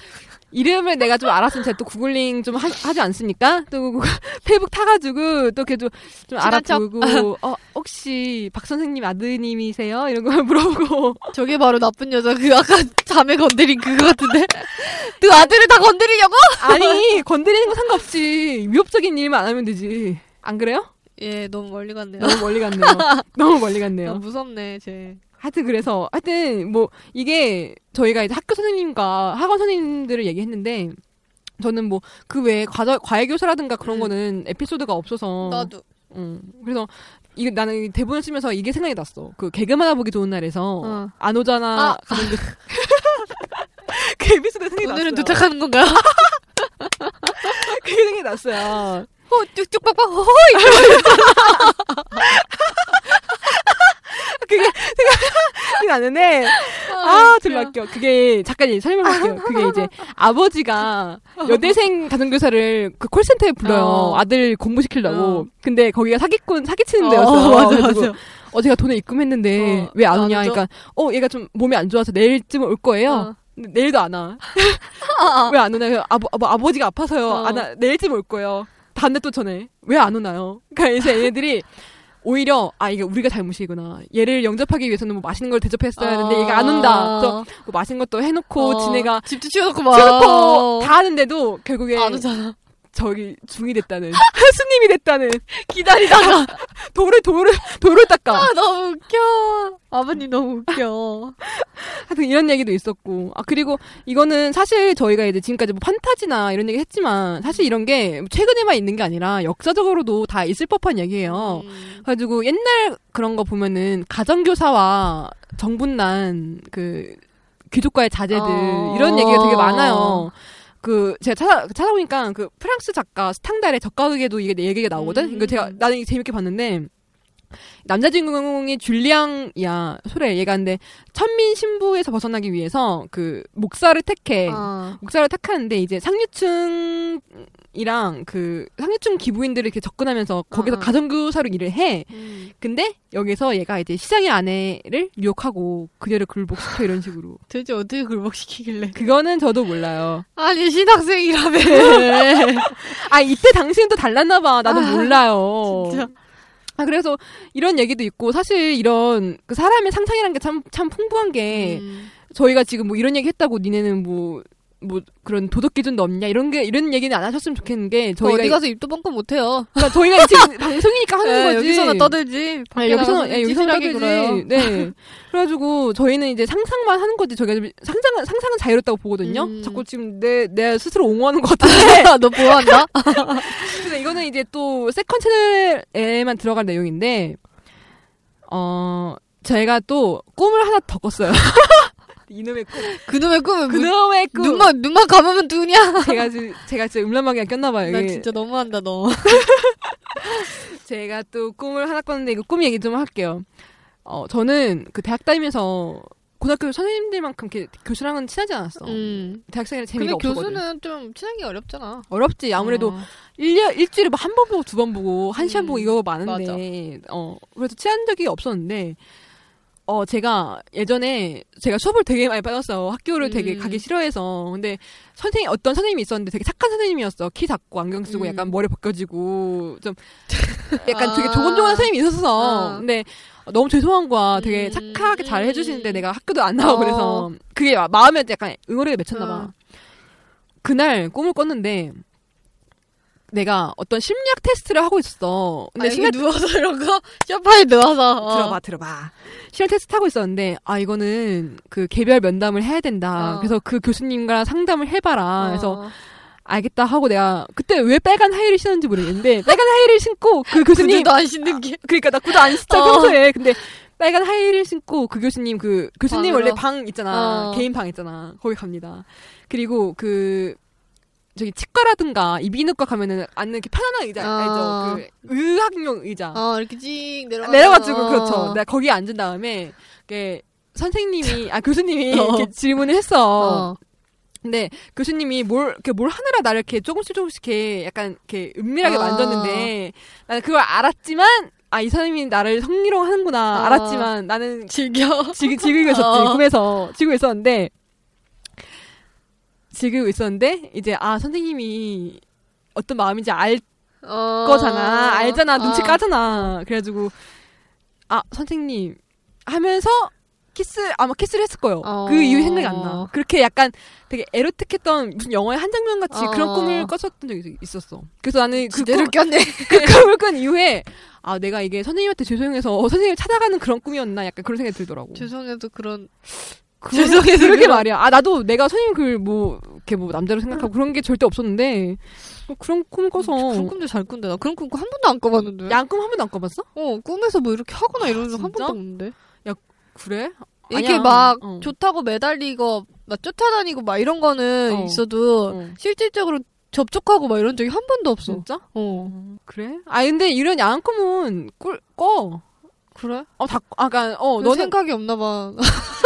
Speaker 1: 이름을 내가 좀 알았으면 제가 또 구글링 좀 하, 지 않습니까? 또 그- [laughs] 페이북 타가지고 또 그래도 좀
Speaker 2: 친한 척.
Speaker 1: 알아보고 어 혹시 박 선생님 아드님이세요? 이런 거 물어보고 [laughs]
Speaker 2: 저게 바로 나쁜 여자 그 아까 [laughs] 자매 건드린 그거 같은데. 그 아들을 다 건드리려고?
Speaker 1: 아니 [laughs] 건드리는 거 상관없지 위협적인 일만 안 하면 되지 안 그래요?
Speaker 2: 예 너무 멀리 갔네요. 아,
Speaker 1: 너무 멀리
Speaker 2: [laughs]
Speaker 1: 갔네요. 너무 멀리 갔네요.
Speaker 2: 너무 무섭네 쟤.
Speaker 1: 하여튼 그래서 하여튼 뭐 이게 저희가 이제 학교 선생님과 학원 선생님들을 얘기했는데 저는 뭐 그 외에 과자, 과외 교사라든가 그런
Speaker 2: 음.
Speaker 1: 거는 에피소드가 없어서
Speaker 2: 나도.
Speaker 1: 음, 그래서 이게 나는 이 대본을 쓰면서 이게 생각이 났어. 그 개그마다 보기 좋은 날에서
Speaker 2: 어.
Speaker 1: 안 오잖아.
Speaker 2: 아.
Speaker 1: 가는 그- [laughs] 그 에피소드 생각이 났어요.
Speaker 2: 오늘은 도착하는 [laughs] 건가요?
Speaker 1: 그게 생각이 났어요.
Speaker 2: 호 쭉쭉 빡빡 호.
Speaker 1: 생각이 나는데 아, 들웃겨 그게 잠깐 이제 설명할게요. 그게 이제 아버지가 여대생 가정교사를 그 콜센터에 불러요.
Speaker 2: 어.
Speaker 1: 아들 공부시키려고.
Speaker 2: 어.
Speaker 1: 근데 거기가 사기꾼 사기치는
Speaker 2: 어,
Speaker 1: 데였어.
Speaker 2: [laughs] 맞아,
Speaker 1: 그래가지고 어 제가 돈을 입금했는데
Speaker 2: 어,
Speaker 1: 왜 안 오냐?
Speaker 2: 안 오죠?
Speaker 1: 그러니까 어 얘가 좀 어. 몸이 안 좋아서 내일쯤 올 거예요. 근데 내일도 안 [laughs] 와. 왜 안 오나요? 아버, 아버, 아버지가 아파서요.
Speaker 2: 어.
Speaker 1: 안 와. 내일쯤 올 거예요. 다음날 또 전에. 왜 안 오나요? 그러니까 이제 얘네들이 오히려 아 이게 우리가 잘못이구나. 얘를 영접하기 위해서는 뭐 맛있는 걸 대접했어야 했는데 얘가 안 온다. 그래서 뭐 맛있는 것도 해놓고
Speaker 2: 어,
Speaker 1: 지네가
Speaker 2: 집도 치워놓고 막.
Speaker 1: 치워놓고 다 하는데도 결국에
Speaker 2: 안 오잖아.
Speaker 1: 저기 중이 [laughs] 됐다는 스님이 됐다는 기다리다가 [laughs] 돌을 돌을 돌을 닦아.
Speaker 2: 아 너무 웃겨. 아버님 너무 웃겨.
Speaker 1: 하여튼 이런 얘기도 있었고. 아, 그리고 이거는 사실 저희가 이제 지금까지 뭐 판타지나 이런 얘기 했지만 사실 이런 게 최근에만 있는 게 아니라 역사적으로도 다 있을 법한 얘기예요.
Speaker 2: 음.
Speaker 1: 그래가지고 옛날 그런 거 보면은 가정교사와 정분난 그 귀족과의 자제들
Speaker 2: 어.
Speaker 1: 이런 얘기가 되게 많아요. 그 제가 찾아 찾아보니까 그 프랑스 작가 스탕달의 적가극에도 이게 얘기가 나오거든.
Speaker 2: 음.
Speaker 1: 이거 제가 나는 이게 재밌게 봤는데 남자 주인공이 줄리앙이야 소래 얘가 근데 천민 신부에서 벗어나기 위해서 그 목사를 택해.
Speaker 2: 아.
Speaker 1: 목사를 택하는데 이제 상류층이랑 그 상류층 기부인들을 이렇게 접근하면서 거기서
Speaker 2: 어.
Speaker 1: 가정교사로 일을 해.
Speaker 2: 음.
Speaker 1: 근데 여기서 얘가 이제 시장의 아내를 유혹하고 그녀를 굴복시켜 이런
Speaker 2: [laughs]
Speaker 1: 식으로.
Speaker 2: 도대체 어떻게 굴복시키길래?
Speaker 1: 그거는 저도
Speaker 2: [laughs]
Speaker 1: 몰라요.
Speaker 2: 아니 신학생이라며.
Speaker 1: 아 이때 당시는 또 달랐나 봐. 나도
Speaker 2: 아,
Speaker 1: 몰라요.
Speaker 2: 진짜.
Speaker 1: 아 그래서 이런 얘기도 있고 사실 이런 그 사람의 상상이라는 게 참 참 풍부한 게
Speaker 2: 음.
Speaker 1: 저희가 지금 뭐 이런 얘기 했다고 니네는 뭐. 뭐 그런 도덕 기준도 없냐 이런 게 이런 얘기는 안 하셨으면 좋겠는 게 저희가
Speaker 2: 어디 가서 입도 뻥끗 못해요.
Speaker 1: 그러니까 저희가
Speaker 2: [laughs]
Speaker 1: 지금 방송이니까 하는
Speaker 2: 예,
Speaker 1: 거지
Speaker 2: 여기서는 떠들지.
Speaker 1: 네,
Speaker 2: 밖에
Speaker 1: 여기서는
Speaker 2: 나가서는
Speaker 1: 예, 여기서는
Speaker 2: 찌질하게
Speaker 1: 떠들지.
Speaker 2: [laughs] 굴어요.
Speaker 1: 네. 그래가지고 저희는 이제 상상만 하는 거지. 저희가 좀 상상은 상상은 자유롭다고 보거든요.
Speaker 2: 음.
Speaker 1: 자꾸 지금 내 내 스스로 옹호하는 것 같은데.
Speaker 2: 네. 너뭐 보호한다?
Speaker 1: [laughs] 근데 이거는 이제 또 세컨 채널에만 들어갈 내용인데 어 제가 또 꿈을 하나 더
Speaker 2: [laughs]
Speaker 1: 꿨어요. 이놈의 꿈.
Speaker 2: 그놈의 꿈은 문-
Speaker 1: 그놈의 꿈.
Speaker 2: 눈만 눈만 감으면 눈이야.
Speaker 1: 제가 지- 제가 진짜 음란마귀가 꼈나 봐요.
Speaker 2: 나
Speaker 1: 이게.
Speaker 2: 진짜 너무한다 너.
Speaker 1: 제가 또 꿈을 하나 꿨는데 이거 꿈 얘기 좀 할게요. 어 저는 그 대학 다니면서 고등학교 선생님들만큼 이렇게 교수랑은 친하지 않았어.
Speaker 2: 음.
Speaker 1: 대학생이랑 재미가
Speaker 2: 근데
Speaker 1: 없었거든.
Speaker 2: 교수는 좀 친하기 어렵잖아.
Speaker 1: 어렵지. 아무래도
Speaker 2: 어.
Speaker 1: 일 1년, 일주일에 뭐 한 번 보고 두 번 보고 한 시간
Speaker 2: 음,
Speaker 1: 보고 이거 많은데 어 그래서 친한 적이 없었는데 어 제가 예전에 제가 수업을 되게 많이 빠졌어요. 학교를 되게
Speaker 2: 음.
Speaker 1: 가기 싫어해서. 근데 선생님 어떤 선생님이 있었는데 되게 착한 선생님이었어. 키 작고 안경 쓰고
Speaker 2: 음.
Speaker 1: 약간 머리 벗겨지고
Speaker 2: [laughs]
Speaker 1: 좀 약간
Speaker 2: 아.
Speaker 1: 되게 조곤조곤한 선생님이 있었어.
Speaker 2: 아.
Speaker 1: 근데 너무 죄송한 거야. 되게
Speaker 2: 음,
Speaker 1: 착하게 잘
Speaker 2: 음.
Speaker 1: 해주시는데 내가 학교도 안 나와 그래서
Speaker 2: 어.
Speaker 1: 그게 마- 마음에 약간 응어리가 맺혔나 봐.
Speaker 2: 어.
Speaker 1: 그날 꿈을 꿨는데 내가 어떤 심리학 테스트를 하고 있었어. 근데
Speaker 2: 근데
Speaker 1: 심리학
Speaker 2: 심해 [laughs] 누워서 아, 이런 거 쇼파에 누워서 어.
Speaker 1: 들어봐 들어봐. 심리학 테스트 하고 있었는데 아 이거는 그 개별 면담을 해야 된다.
Speaker 2: 어.
Speaker 1: 그래서 그 교수님과 상담을 해봐라. 그래서
Speaker 2: 어.
Speaker 1: 알겠다 하고 내가 그때 왜 빨간 하이를 신었는지 모르겠는데 빨간 하이를 신고
Speaker 2: 아,
Speaker 1: 그 교수님
Speaker 2: 구두도 안 신는 게.
Speaker 1: 그러니까 나 구두 안 신자
Speaker 2: 어.
Speaker 1: 평소에 근데 빨간 하이힐 신고 그 교수님 그 교수님
Speaker 2: 방으로.
Speaker 1: 원래 방 있잖아
Speaker 2: 어.
Speaker 1: 개인 방 있잖아 거기 갑니다 그리고 그 저기 치과라든가 이비인후과 가면은 앉는 이렇게 편안한 의자
Speaker 2: 어.
Speaker 1: 알죠 그 의학용 의자
Speaker 2: 어, 이렇게 어. 찍 내려가.
Speaker 1: 내려가지고 그렇죠 내가 거기 앉은 다음에 이렇게 선생님이 아 교수님이
Speaker 2: [laughs] 어.
Speaker 1: 이렇게 질문을 했어
Speaker 2: 어.
Speaker 1: 근데 네, 교수님이 뭘 이렇게 뭘 하느라 나를 이렇게 조금씩 조금씩 이렇게 약간 이렇게 은밀하게
Speaker 2: 아.
Speaker 1: 만졌는데 나는 그걸 알았지만 아 이 사람이 나를 성희롱하는구나
Speaker 2: 아.
Speaker 1: 알았지만 나는
Speaker 2: 즐겨. [laughs]
Speaker 1: 지금 지금 있었지
Speaker 2: 어.
Speaker 1: 꿈에서 지금 있었는데 지금 있었는데 이제 아 선생님이 어떤 마음인지 알
Speaker 2: 어.
Speaker 1: 거잖아 알잖아 눈치
Speaker 2: 어.
Speaker 1: 까잖아 그래가지고 아 선생님 하면서 키스 아마 키스를 했을 거예요
Speaker 2: 어.
Speaker 1: 그 이후 생각이 안나 그렇게 약간 되게 에로틱했던 무슨 영화의 한 장면 같이
Speaker 2: 어.
Speaker 1: 그런 꿈을 꿨었던 적이 있었어 그래서 나는 그,
Speaker 2: 제대로
Speaker 1: 꿈,
Speaker 2: 꼈네. [laughs]
Speaker 1: 그 꿈을 꾼 이후에 아 내가 이게 선생님한테 죄송해서 어, 선생님 을 찾아가는 그런 꿈이었나 약간 그런 생각이 들더라고
Speaker 2: 죄송해도 그런.
Speaker 1: 죄송해서 그렇게 말이야. 아 나도 내가 선생님 그뭐 이렇게 뭐 남자로 생각하고 그런 게 절대 없었는데 뭐 그런 꿈을 꿔서
Speaker 2: 음, 그런 꿈도 잘 꾼다. 나 그런 꿈 한 번도 안 꿔봤는데.
Speaker 1: 양꿈 한 번도 안 꿔봤어?
Speaker 2: 어, 꿈에서 뭐 이렇게 하거나 이러는 적한
Speaker 1: 진짜?
Speaker 2: 번도 없는데.
Speaker 1: 그래?
Speaker 2: 이렇게
Speaker 1: 아니야.
Speaker 2: 막
Speaker 1: 어.
Speaker 2: 좋다고 매달리고, 막 쫓아다니고 막 이런 거는
Speaker 1: 어.
Speaker 2: 있어도,
Speaker 1: 어.
Speaker 2: 실질적으로 접촉하고 막 이런 적이 한 번도 없어.
Speaker 1: 진짜?
Speaker 2: 어.
Speaker 1: 그래? 아 근데 이런 양꿈은 꿀 꺼.
Speaker 2: 그래?
Speaker 1: 어다 아까 어
Speaker 2: 별
Speaker 1: 너는
Speaker 2: 생각이 없나 [laughs] 봐.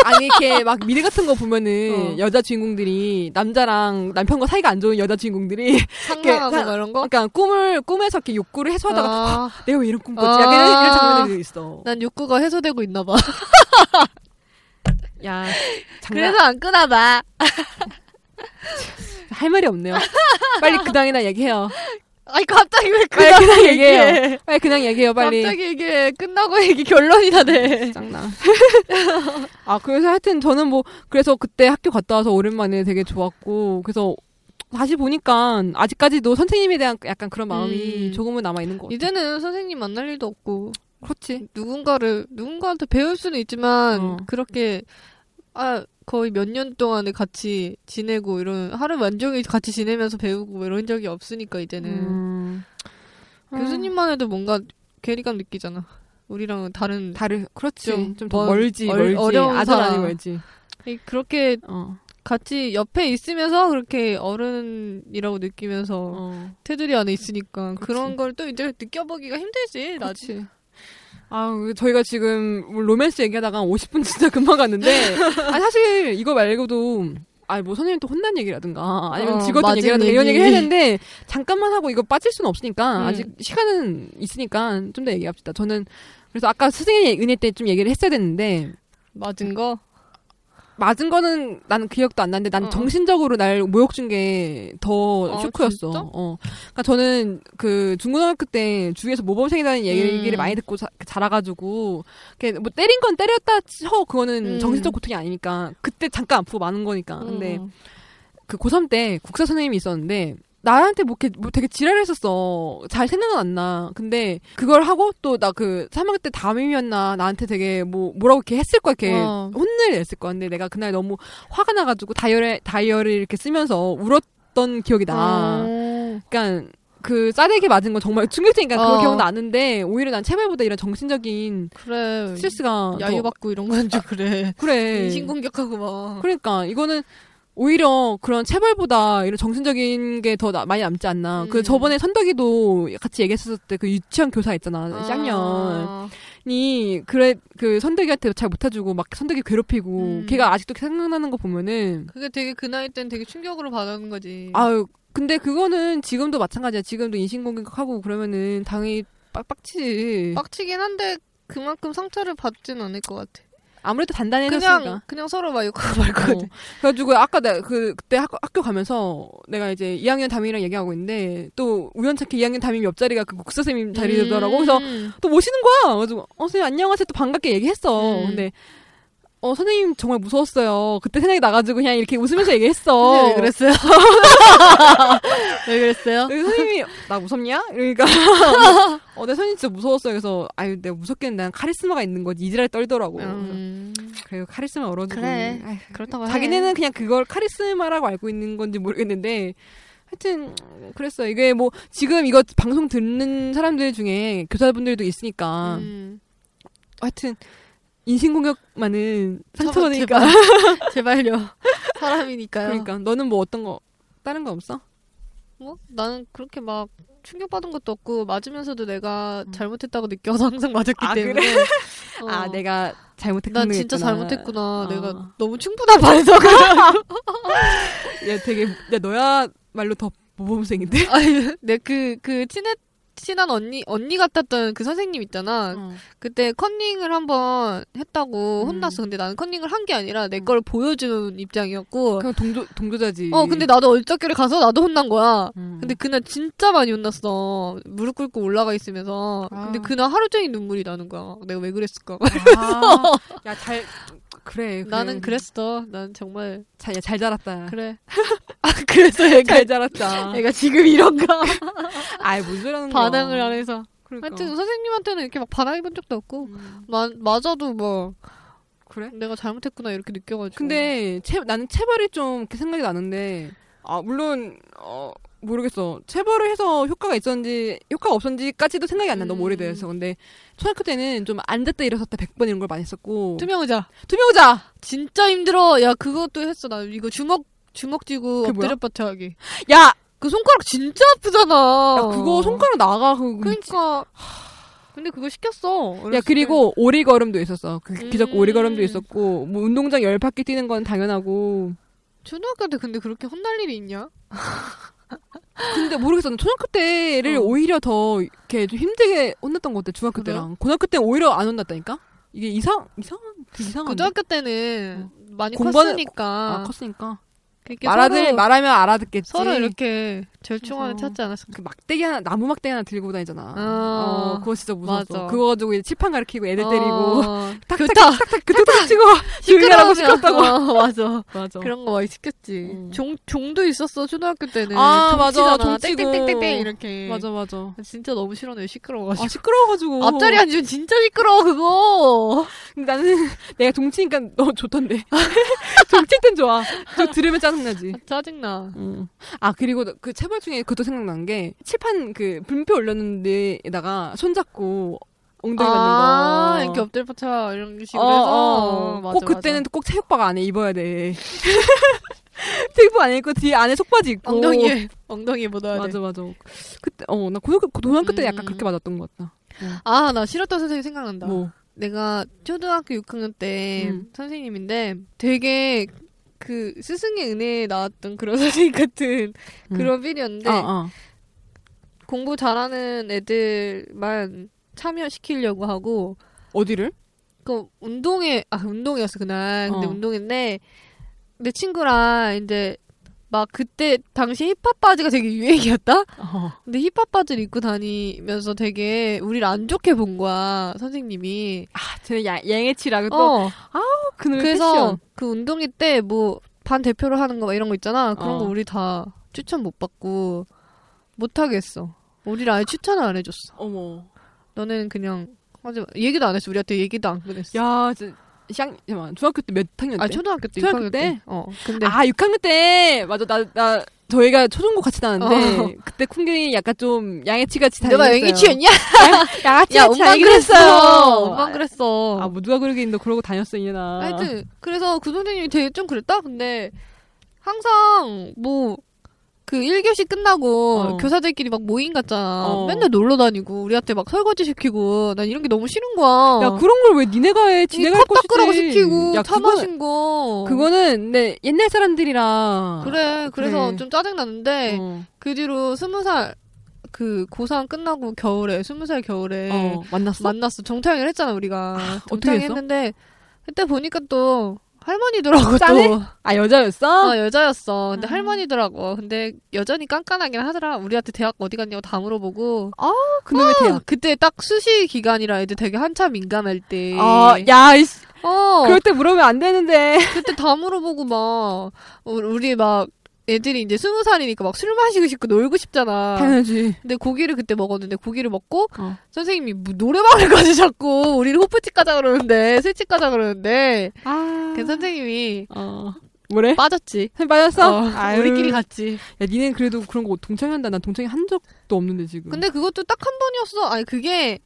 Speaker 1: 아니 이렇게 막 미래 같은 거 보면은
Speaker 2: 어.
Speaker 1: 여자 주인공들이 남자랑 남편과 사이가 안 좋은 여자 주인공들이
Speaker 2: 상상하고
Speaker 1: 사-
Speaker 2: 막 이런 거?
Speaker 1: [laughs] 약간 꿈을 꾸면서 이렇게 욕구를 해소하다가
Speaker 2: 아, [laughs]
Speaker 1: 내가 왜 이런 꿈 꿨지? 약간
Speaker 2: 아.
Speaker 1: 이런, 이런 장면들이 있어.
Speaker 2: 난 욕구가 해소되고 있나 봐.
Speaker 1: 야 장난
Speaker 2: [laughs] 그래서 안 끄나 봐.
Speaker 1: 할 말이 없네요. 빨리 그당이나 얘기해요.
Speaker 2: 아니, 갑자기 왜
Speaker 1: 빨리
Speaker 2: [laughs] 그냥
Speaker 1: 그냥
Speaker 2: 얘기해. [laughs]
Speaker 1: 얘기해요. 빨리 그냥 얘기해요, 빨리.
Speaker 2: 갑자기 이게 끝나고 얘기 결론이 나네.
Speaker 1: 짱나. [laughs] 아, 그래서 하여튼 저는 뭐, 그래서 그때 학교 갔다 와서 오랜만에 되게 좋았고, 그래서 다시 보니까 아직까지도 선생님에 대한 약간 그런 마음이
Speaker 2: 음.
Speaker 1: 조금은 남아있는 것 같아요.
Speaker 2: 이제는 선생님 만날 일도 없고
Speaker 1: 그렇지.
Speaker 2: 누군가를 누군가한테 배울 수는 있지만
Speaker 1: 어.
Speaker 2: 그렇게 아 거의 몇 년 동안에 같이 지내고 이런 하루 완종일 같이 지내면서 배우고 뭐 이런 적이 없으니까 이제는
Speaker 1: 음.
Speaker 2: 교수님만 해도 뭔가 괴리감 느끼잖아. 우리랑은 다른
Speaker 1: 다른, 그렇지.
Speaker 2: 좀
Speaker 1: 좀 더
Speaker 2: 먼-
Speaker 1: 아. 네. 멀지,
Speaker 2: 얼-
Speaker 1: 멀지.
Speaker 2: 어려운
Speaker 1: 아들
Speaker 2: 사람.
Speaker 1: 아니고 멀지.
Speaker 2: 그렇게
Speaker 1: 어.
Speaker 2: 같이 옆에 있으면서 그렇게 어른이라고 느끼면서
Speaker 1: 어.
Speaker 2: 테두리 안에 있으니까 그런 걸 또 이제 느껴보기가 힘들지 나중에
Speaker 1: 그렇지. 아, 저희가 지금 뭐 로맨스 얘기하다가 50분 진짜 금방 갔는데, 아, 사실 이거 말고도, 아니, 뭐, 선생님 또 혼난 얘기라든가, 아니면
Speaker 2: 어,
Speaker 1: 직업들
Speaker 2: 맞은
Speaker 1: 얘기라든가 이런
Speaker 2: 얘기.
Speaker 1: 얘기를 해야 되는데, 잠깐만 하고 이거 빠질 수는 없으니까,
Speaker 2: 음.
Speaker 1: 아직 시간은 있으니까 좀 더 얘기합시다. 저는, 그래서 아까 스승의 은혜 때 좀 얘기를 했어야 됐는데,
Speaker 2: 맞은 거
Speaker 1: 맞은 거는 나는 기억도 안 나는데 난
Speaker 2: 어.
Speaker 1: 정신적으로 날 모욕 준 게 더
Speaker 2: 아,
Speaker 1: 쇼크였어.
Speaker 2: 진짜?
Speaker 1: 어. 그러니까 저는 그 중고등학교 때 주위에서 모범생이라는 얘기를
Speaker 2: 음.
Speaker 1: 많이 듣고 자, 자라가지고 이렇게 뭐 때린 건 때렸다 쳐 그거는
Speaker 2: 음.
Speaker 1: 정신적 고통이 아니니까 그때 잠깐 아프고 네. 많은 거니까. 근데
Speaker 2: 음.
Speaker 1: 그 고3 때 국사 선생님이 있었는데 나한테 뭐, 이렇게 뭐 되게 지랄을 했었어. 잘 생각은 안 나. 근데 그걸 하고 또 나 그 3학년 때 담임이었나 나한테 되게 뭐 뭐라고 이렇게 했을 거야. 이렇게
Speaker 2: 어.
Speaker 1: 혼을 냈을 거야. 근데 내가 그날 너무 화가 나가지고 다이어리 다이어리 이렇게 쓰면서 울었던 기억이 나.
Speaker 2: 어.
Speaker 1: 그러니까 그 싸대기 맞은 건 정말 충격적이니까
Speaker 2: 어.
Speaker 1: 그런 기억 나는데 오히려 난 체벌보다 이런 정신적인
Speaker 2: 그래
Speaker 1: 스트레스가 어, 더- 네.
Speaker 2: 야유받고 이런 건 좀
Speaker 1: [laughs]
Speaker 2: 그래
Speaker 1: 그래
Speaker 2: 인신공격하고 막
Speaker 1: 그러니까 이거는 오히려 그런 체벌보다 이런 정신적인 게 더 많이 남지 않나.
Speaker 2: 음.
Speaker 1: 그 저번에 선덕이도 같이 얘기했었을 때 그 유치원 교사 있잖아.
Speaker 2: 아.
Speaker 1: 쌍년이 그래 그 선덕이한테 잘 못해주고 막 선덕이 괴롭히고
Speaker 2: 음.
Speaker 1: 걔가 아직도 생각나는 거 보면은
Speaker 2: 그게 되게 그 나이 땐 되게 충격으로 받는 거지
Speaker 1: 아유 네. 근데 그거는 지금도 마찬가지야. 지금도 인신공격하고 그러면은 당연히 빡빡치.
Speaker 2: 빡치긴 한데 그만큼 상처를 받진 않을 것 같아
Speaker 1: 아무래도 단단해졌으니까.
Speaker 2: 그냥 그냥 서로 막 욕하고 말
Speaker 1: 네, 어.
Speaker 2: 거든
Speaker 1: 그래가지고 아까 내가 그 그때 학, 학교 가면서 내가 이제 2학년 담임이랑 얘기하고 있는데 또 우연찮게 2학년 담임 옆자리가 그 국사 선생님 자리더라고.
Speaker 2: 음.
Speaker 1: 그래서 또 모시는 거야. 그래서 어 선생님 안녕하세요. 또 반갑게 얘기했어.
Speaker 2: 음.
Speaker 1: 근데 어 선생님 정말 무서웠어요. 그때 생각이 나가지고 그냥 이렇게 웃으면서 얘기했어. [laughs]
Speaker 2: 왜 그랬어요? 왜 그랬어요?
Speaker 1: 그래서 선생님이 나 무섭냐?
Speaker 2: [laughs]
Speaker 1: 이러니까 어내 선생님 진짜 무서웠어요. 그래서 아유 내가 무섭겠는데 난 카리스마가 있는 거지 이지랄 떨더라고. 그래서
Speaker 2: 음,
Speaker 1: 그래요 카리스마 얼어주고
Speaker 2: 그래. 그렇다고 해. 음.
Speaker 1: 자기네는 그냥 그걸 카리스마라고 알고 있는 건지 모르겠는데 하여튼 그랬어요. 이게 뭐 지금 이거 방송 듣는 사람들 중에 교사분들도 있으니까
Speaker 2: 음.
Speaker 1: 하여튼 인신공격만은 상처니까 [laughs]
Speaker 2: 제발, 제발요. 사람이니까요.
Speaker 1: 그러니까 너는 뭐 어떤 거 다른 거 없어?
Speaker 2: 뭐 나는 그렇게 막 충격받은 것도 없고 맞으면서도 내가 잘못했다고 느껴서 [laughs] 항상 맞았기
Speaker 1: 음. 아, 그래?
Speaker 2: 때문에
Speaker 1: [laughs]
Speaker 2: 어,
Speaker 1: 아 내가 잘못했구나.
Speaker 2: 난 진짜 잘못했구나
Speaker 1: 어.
Speaker 2: 내가 너무 충분한 [laughs] 반성을
Speaker 1: [laughs] 야 되게 야 너야 말로 더 모범생인데.
Speaker 2: 내그그 친해 친한 언니 언니 같았던 그 선생님 있잖아
Speaker 1: 어.
Speaker 2: 그때 컨닝을 한번 했다고
Speaker 1: 음.
Speaker 2: 혼났어 근데 나는 컨닝을 한 게 아니라 내 걸 보여주는 입장이었고
Speaker 1: 그냥 동조 동조자지.
Speaker 2: 어 근데 나도 얼떨결에 가서 나도 혼난 거야
Speaker 1: 음.
Speaker 2: 근데 그날 진짜 많이 혼났어. 무릎 꿇고 올라가 있으면서.
Speaker 1: 아.
Speaker 2: 근데 그날 하루 종일 눈물이 나는 거야. 내가 왜 그랬을까?
Speaker 1: 아, 야잘 그래, 그래.
Speaker 2: 나는 그랬어. 난 정말
Speaker 1: 자, 야, 잘 자랐다.
Speaker 2: 그래. [laughs] 아, 그래서 애가
Speaker 1: 잘 자랐다.
Speaker 2: 애가 지금 이런가
Speaker 1: 아이 무슨 소리 하는 거야.
Speaker 2: 반항을 안 해서.
Speaker 1: 그러니까.
Speaker 2: 하여튼 뭐 선생님한테는 이렇게 막 반항해본 적도 없고
Speaker 1: 음,
Speaker 2: 마, 맞아도 뭐
Speaker 1: 그래?
Speaker 2: 내가 잘못했구나 이렇게 느껴가지고.
Speaker 1: 근데 체, 나는 체벌이 좀 이렇게 생각이 나는데 아 물론 어 모르겠어 체벌을 해서 효과가 있었는지 효과가 없었는지까지도 생각이 안 나 너무
Speaker 2: 음.
Speaker 1: 오래돼서 근데 초등학교 때는 좀 앉았다 일어섰다 100번 이런 걸 많이 했었고
Speaker 2: 투명의자
Speaker 1: 투명자
Speaker 2: 진짜 힘들어. 야 그것도 했어. 나 이거 주먹 주먹 쥐고
Speaker 1: 그게 뭐야?
Speaker 2: 엎드려 버텨 하기.
Speaker 1: 야, 야
Speaker 2: 그 손가락 진짜 아프잖아.
Speaker 1: 그거 손가락 나가 그거
Speaker 2: 어. 그러니까. 근데 그거 시켰어. 어렸을
Speaker 1: 야 그리고 오리 걸음도 있었어 그 기적 오리
Speaker 2: 음.
Speaker 1: 걸음도 있었고 뭐 운동장 열 바퀴 뛰는 건 당연하고
Speaker 2: 때. 초등학교 때 근데 그렇게 혼날 일이 있냐?
Speaker 1: 근데 모르겠어. 난 초등학교 때를
Speaker 2: 어.
Speaker 1: 오히려 더 이렇게 좀 힘들게 혼났던 것 같아. 중학교
Speaker 2: 그래요?
Speaker 1: 때랑 고등학교 때는 오히려 안 혼났다니까. 이게 이상 이상 이상한.
Speaker 2: 고등학교 때는 많이
Speaker 1: 아, 어. 공부하는-
Speaker 2: 컸으니까
Speaker 1: 아 컸으니까.
Speaker 2: 그렇게
Speaker 1: 말하들
Speaker 2: 서로,
Speaker 1: 말하면 알아듣겠지.
Speaker 2: 서로 이렇게 절충하는
Speaker 1: 그래서-
Speaker 2: 찾지 않았을까?
Speaker 1: 그 막대기 하나 나무 막대기 하나 들고 다니잖아.
Speaker 2: 아.
Speaker 1: 어 그거 진짜 무서웠어.
Speaker 2: 맞아.
Speaker 1: 그거 가지고 이제 칠판 가리키고 애들
Speaker 2: [laughs]
Speaker 1: 때리고
Speaker 2: 어, 교탁
Speaker 1: 탁탁탁탁 그때
Speaker 2: [laughs]
Speaker 1: 치고 조용히라고 시켰다고.
Speaker 2: 어, [laughs]
Speaker 1: [laughs]
Speaker 2: 맞아
Speaker 1: 맞아.
Speaker 2: 그런 거 많이 시켰지
Speaker 1: 음.
Speaker 2: 종 종도 있었어 초등학교 때는
Speaker 1: 아, 맞아.
Speaker 2: 종치잖아.
Speaker 1: 종 치고.
Speaker 2: 땡땡땡땡땡 이렇게
Speaker 1: 맞아 맞아.
Speaker 2: 진짜 너무 싫어요 시끄러워가지고
Speaker 1: 아 시끄러워가지고. 아,
Speaker 2: 앞자리 앉으면 진짜 시끄러워 그거
Speaker 1: 근데 나는 [laughs] 내가 동치니까 너 좋던데. [laughs] 동칠 땐 좋아. 저 들으면
Speaker 2: 아,
Speaker 1: 짜증나지.
Speaker 2: 짜증나
Speaker 1: 음. 아 그리고 나- 그 체벌 중에 그것도 생각난 게 칠판 그 분표 올렸는데에다가 손잡고 엉덩이
Speaker 2: 아
Speaker 1: 맞는 거.
Speaker 2: 이렇게 엎드려 뻗쳐 이런 식으로
Speaker 1: 어,
Speaker 2: 해서
Speaker 1: 어.
Speaker 2: 어, 맞아,
Speaker 1: 꼭 그때는 꼭 체육복 안에 입어야 돼. [laughs] 체육복 안에 입고 뒤에 안에 속바지 입고.
Speaker 2: 맞아. 엉덩이에 [laughs] 엉덩이에 묻어야 돼
Speaker 1: 맞아 맞아. 그때 어 나 고등학교 고등학교 때 약간
Speaker 2: 음.
Speaker 1: 그렇게 맞았던 것 같다.
Speaker 2: 아, 나 싫었던 선생님 생각난다.
Speaker 1: 뭐.
Speaker 2: 내가 초등학교 6학년 때
Speaker 1: 음.
Speaker 2: 선생님인데 되게 그 스승의 은혜에 나왔던 그런 [laughs] 선생님 같은
Speaker 1: 음.
Speaker 2: 그런 필이었는데
Speaker 1: 아, 아.
Speaker 2: 공부 잘하는 애들만 참여시키려고 하고
Speaker 1: 어디를?
Speaker 2: 그 운동회 아 운동이었어 그날 근데
Speaker 1: 어.
Speaker 2: 운동회인데 내 친구랑 이제 막 그때 당시 힙합 바지가 되게 유행이었다
Speaker 1: 어.
Speaker 2: 근데 힙합 바지를 입고 다니면서 되게 우리를 안 좋게 본 거야 선생님이
Speaker 1: 아, 쟤는 야, 양해치라 고
Speaker 2: 어.
Speaker 1: 그놈의
Speaker 2: 그래서
Speaker 1: 패션.
Speaker 2: 그 운동회 때 뭐 반 대표로 하는 거 막 이런 거 있잖아. 그런
Speaker 1: 어.
Speaker 2: 거 우리 다 추천 못 받고 못 하겠어. 우리를 아예 추천을 안 해줬어.
Speaker 1: 어머.
Speaker 2: 너는 그냥 하지 마. 얘기도 안 했어. 우리한테 얘기도 안 꺼냈어.
Speaker 1: 야, 진짜 샹 잠깐만. 중학교 때 몇 학년 때?
Speaker 2: 아 초등학교 때.
Speaker 1: 초등학교
Speaker 2: 6학년
Speaker 1: 때?
Speaker 2: 어. 근데
Speaker 1: 아, 6학년 때 맞아 나 나 저희가 초중고 같이 다녔는데
Speaker 2: 어.
Speaker 1: 그때 쿵경이 약간 좀 양해치같이 다녔어요.
Speaker 2: 내가 영희치였냐? [laughs]
Speaker 1: 양아치
Speaker 2: 야,
Speaker 1: 같이
Speaker 2: 엄마
Speaker 1: 다니긴
Speaker 2: 그랬어.
Speaker 1: 했어요.
Speaker 2: 엄마 그랬어.
Speaker 1: 아, 뭐 누가 그러긴 너 그러고 다녔어 이나.
Speaker 2: 하여튼 그래서 그 선생님이 되게 좀 그랬다. 근데 항상 뭐 그 1교시 끝나고
Speaker 1: 어.
Speaker 2: 교사들끼리 막 모임 갔잖아.
Speaker 1: 어.
Speaker 2: 맨날 놀러 다니고 우리한테 막 설거지 시키고 난 이런 게 너무 싫은 거야.
Speaker 1: 야 그런 걸 왜 니네가 해? 지네가 할
Speaker 2: 어. 컵 닦으라고
Speaker 1: 것이지.
Speaker 2: 시키고
Speaker 1: 야,
Speaker 2: 차
Speaker 1: 그거-
Speaker 2: 마신 거.
Speaker 1: 그거는 내 옛날 사람들이라.
Speaker 2: 그래. 그래서
Speaker 1: 그래.
Speaker 2: 좀 짜증 났는데
Speaker 1: 어,
Speaker 2: 그 뒤로 스무 살 그 고3 끝나고 겨울에 스무 살 겨울에
Speaker 1: 어, 만났어.
Speaker 2: 네. 뭐 만났어. 정탕을 했잖아 우리가.
Speaker 1: 어떻게 했어?
Speaker 2: 했는데 그때 보니까 또 할머니더라고
Speaker 1: 짠해?
Speaker 2: 또.
Speaker 1: 아 여자였어? 음.
Speaker 2: 어, 여자였어. 근데 할머니더라고. 근데 여전히 깐깐하긴 하더라. 우리한테 대학 어디 갔냐고 다 물어보고.
Speaker 1: 그놈의 대학.
Speaker 2: 그때 딱 수시 기간이라 애들 되게 한참 민감할 때.
Speaker 1: 아, 야, 이씨,
Speaker 2: 네. 어,
Speaker 1: 그럴 때 물으면 안 되는데.
Speaker 2: 그때 다 물어보고 막 우리- 우리 막 애들이 이제 스무 살이니까 막 술 마시고 싶고 놀고 싶잖아.
Speaker 1: 당연하지.
Speaker 2: 근데 고기를 그때 먹었는데 고기를 먹고
Speaker 1: 어.
Speaker 2: 선생님이 뭐 노래방을 가지 자꾸 우리를 호프집 가자 그러는데 술집 가자 그러는데
Speaker 1: 아,
Speaker 2: 그 선생님이
Speaker 1: 어. 뭐래?
Speaker 2: 빠졌지.
Speaker 1: 선생님 빠졌어? 아유.
Speaker 2: 우리끼리 갔지.
Speaker 1: 야, 니는 그래도 그런 거 동창회 한다. 난 동창회 한 적도 없는데 지금.
Speaker 2: 근데 그것도 딱 한 번이었어. 아니 그게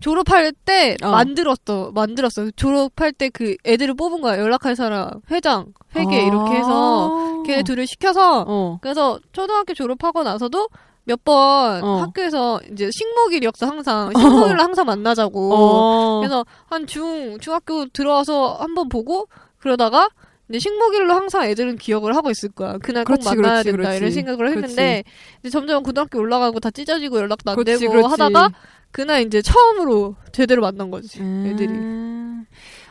Speaker 2: 졸업할 때
Speaker 1: 어.
Speaker 2: 만들었어. 만들었어. 졸업할 때 그 애들을 뽑은 거야. 연락할 사람, 회장, 회계 이렇게 해서 걔네 둘을 시켜서
Speaker 1: 아. 어.
Speaker 2: 그래서 초등학교 졸업하고 나서도 몇 번
Speaker 1: 어.
Speaker 2: 학교에서 이제 식목일이었어 항상 식목일로 항상 만나자고
Speaker 1: 어.
Speaker 2: 그래서 한 중 중학교 들어와서 한 번 보고 그러다가 이제 식목일로 항상 애들은 기억을 하고 있을 거야. 그날
Speaker 1: 그렇지,
Speaker 2: 꼭 만나야
Speaker 1: 그렇지,
Speaker 2: 된다
Speaker 1: 그렇지.
Speaker 2: 이런 생각을 했는데 이제 점점 고등학교 올라가고 다 찢어지고 연락도 안
Speaker 1: 그렇지,
Speaker 2: 되고
Speaker 1: 그렇지.
Speaker 2: 하다가 그날 이제 처음으로 제대로 만난 거지 애들이.
Speaker 1: 애들이. 음.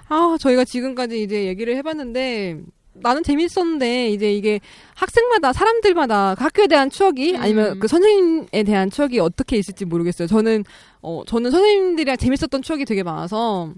Speaker 1: 아, 저희가 지금까지 이제 얘기를 해봤는데, 나는 재밌었는데, 이제 이게 학생마다, 사람들마다 그 학교에 대한 추억이,
Speaker 2: 음.
Speaker 1: 아니면 그 선생님에 대한 추억이 어떻게 있을지 모르겠어요. 저는, 어, 저는 선생님들이랑 재밌었던 추억이 되게 많아서,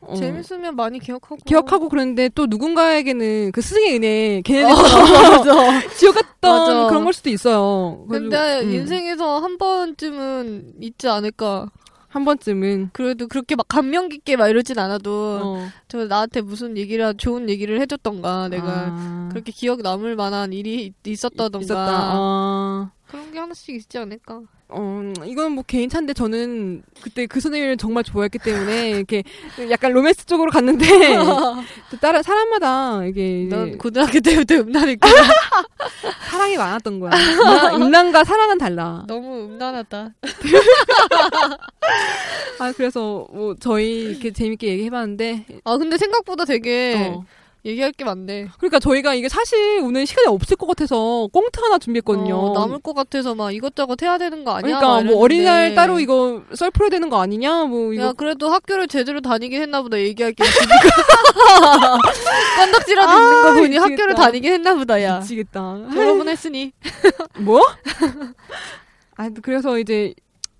Speaker 1: 어,
Speaker 2: 재밌으면 많이 기억하고
Speaker 1: 기억하고 그러는데 또 누군가에게는 그 스승의 은혜,
Speaker 2: 어.
Speaker 1: 걔네들
Speaker 2: [laughs] 맞아.
Speaker 1: 지옥 같던
Speaker 2: 맞아.
Speaker 1: 그런 걸 수도 있어요. 그래가지고,
Speaker 2: 근데
Speaker 1: 음,
Speaker 2: 인생에서 한 번쯤은 있지 않을까.
Speaker 1: 한 번쯤은.
Speaker 2: 그래도 그렇게 막 감명 깊게 막 이러진 않아도
Speaker 1: 어.
Speaker 2: 저 나한테 무슨 얘기를 좋은 얘기를 해줬던가 내가
Speaker 1: 아,
Speaker 2: 그렇게 기억 남을 만한 일이 있- 있었다던가
Speaker 1: 있었다. 어.
Speaker 2: 그런 게 하나씩 있지 않을까
Speaker 1: 어, 이건 뭐 개인 차인데 저는 그때 그 선생님을 정말 좋아했기 때문에 이렇게 약간 로맨스 쪽으로
Speaker 2: [laughs]
Speaker 1: 갔는데 또 다른 사람마다 이게
Speaker 2: 네. 난 고등학교 때부터 음란했고
Speaker 1: 사랑이 많았던
Speaker 2: [laughs]
Speaker 1: 거야. 음란- 음란과 사랑은 달라.
Speaker 2: 너무 음란하다
Speaker 1: 아 그래서 뭐 저희 이렇게 재밌게 얘기해봤는데
Speaker 2: 아 근데 생각보다 되게
Speaker 1: 어.
Speaker 2: 얘기할 게 많네
Speaker 1: 그러니까 저희가 이게 사실 오늘 시간이 없을 것 같아서 꽁트 하나 준비했거든요.
Speaker 2: 어, 남을 것 같아서 막 이것저것 해야 되는 거 아니야
Speaker 1: 그러니까
Speaker 2: 막
Speaker 1: 뭐 어린이날
Speaker 2: 이랬는데.
Speaker 1: 따로 이거 썰 풀어야 되는 거 아니냐 뭐 이거
Speaker 2: 야 그래도 학교를 제대로 다니긴 했나 보다 얘기할 게 있으니까 [laughs] 건덕지라도 있는 거 보니
Speaker 1: 아, 미치겠다.
Speaker 2: 학교를 다니긴 했나 보다 야
Speaker 1: 미치겠다.
Speaker 2: 졸업은 했으니 [laughs]
Speaker 1: 뭐? 아, 그래서 이제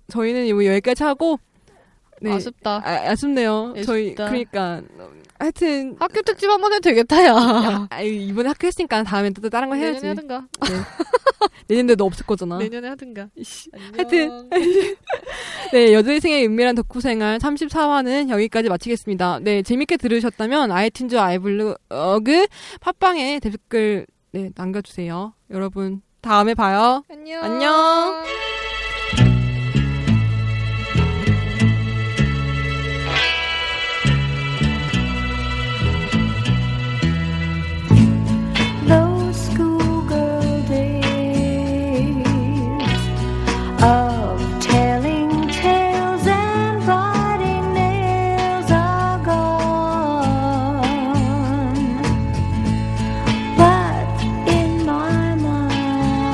Speaker 1: 저희는 뭐 여기까지 하고
Speaker 2: 아쉽다 예,
Speaker 1: 아, 아쉽네요. 저희
Speaker 2: 아쉽다.
Speaker 1: 그러니까 하여튼
Speaker 2: 학교 특집 한 번 해도 되겠다 [laughs] 야
Speaker 1: 야, 아유, 이번에 학교 했으니까 다음에 또 다른 거 해야지.
Speaker 2: 내년에 하든가.
Speaker 1: 내년도 너 없을 거잖아.
Speaker 2: 내년에 하든가.
Speaker 1: 어. 하여튼 네, 여대생의 은밀한 덕후 생활 34화는 여기까지 마치겠습니다. 네, 재밌게 들으셨다면 아이튠즈 아이블로그 팟빵에 댓글 네, 남겨 주세요. 여러분, 다음에 봐요.
Speaker 2: 안녕.
Speaker 1: 안녕.
Speaker 5: Those schoolgirl days of telling tales and biting nails are gone. But in my mind,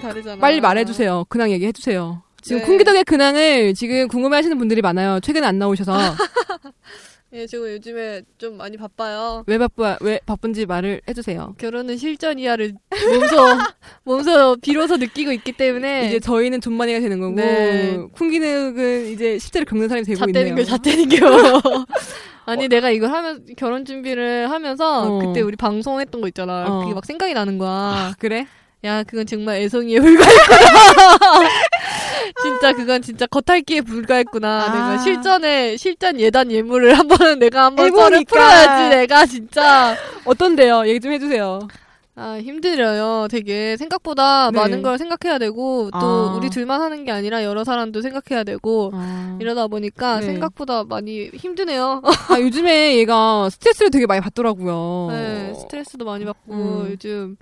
Speaker 2: 다르잖아.
Speaker 1: 빨리 말해주세요. 근황 얘기해주세요. 지금
Speaker 2: 네.
Speaker 1: 콩기덕의 근황을 지금 궁금해하시는 분들이 많아요. 최근에 안
Speaker 2: [laughs]
Speaker 1: 나오셔서
Speaker 2: 예, 지금 요즘에 좀 많이 바빠요.
Speaker 1: 왜 바빠 왜 바쁜지 말을 해주세요.
Speaker 2: 결혼은 실전 이하를
Speaker 1: [laughs]
Speaker 2: 몸소 몸소 비로소 느끼고 있기 때문에
Speaker 1: 이제 저희는 존만이가 되는 거고
Speaker 2: 네.
Speaker 1: 쿵기덕은 이제 실제로 겪는 사람이 되고
Speaker 2: 잣대는
Speaker 1: 있네요.
Speaker 2: 겨, 잣대는
Speaker 1: [laughs]
Speaker 2: 겨. 아니 내가 이걸 하면 결혼 준비를 하면서
Speaker 1: 어.
Speaker 2: 그때 우리 방송했던 거 있잖아.
Speaker 1: 어.
Speaker 2: 그게 막 생각이 나는 거야.
Speaker 1: 아, 그래?
Speaker 2: 야 그건 정말 애송이에 불과했구나. [laughs] 진짜 그건 진짜 겉핥기에 불과했구나.
Speaker 1: 아.
Speaker 2: 내가 실전에 실전 예단 예물을 한번 내가 한번
Speaker 1: 해보니까.
Speaker 2: 썰을 풀어야지 내가 진짜.
Speaker 1: 어떤데요? 얘기 좀 해주세요.
Speaker 2: 아, 힘들어요. 되게 생각보다
Speaker 1: 네.
Speaker 2: 많은 걸 생각해야 되고, 또
Speaker 1: 아. 어.
Speaker 2: 우리 둘만 하는 게 아니라 여러 사람도 생각해야 되고, 이러다 보니까
Speaker 1: 네.
Speaker 2: 생각보다 많이 힘드네요.
Speaker 1: 아, 요즘에 얘가 스트레스를 되게 많이 받더라고요.
Speaker 2: [laughs] 네, 스트레스도 많이 받고,
Speaker 1: 음.
Speaker 2: 요즘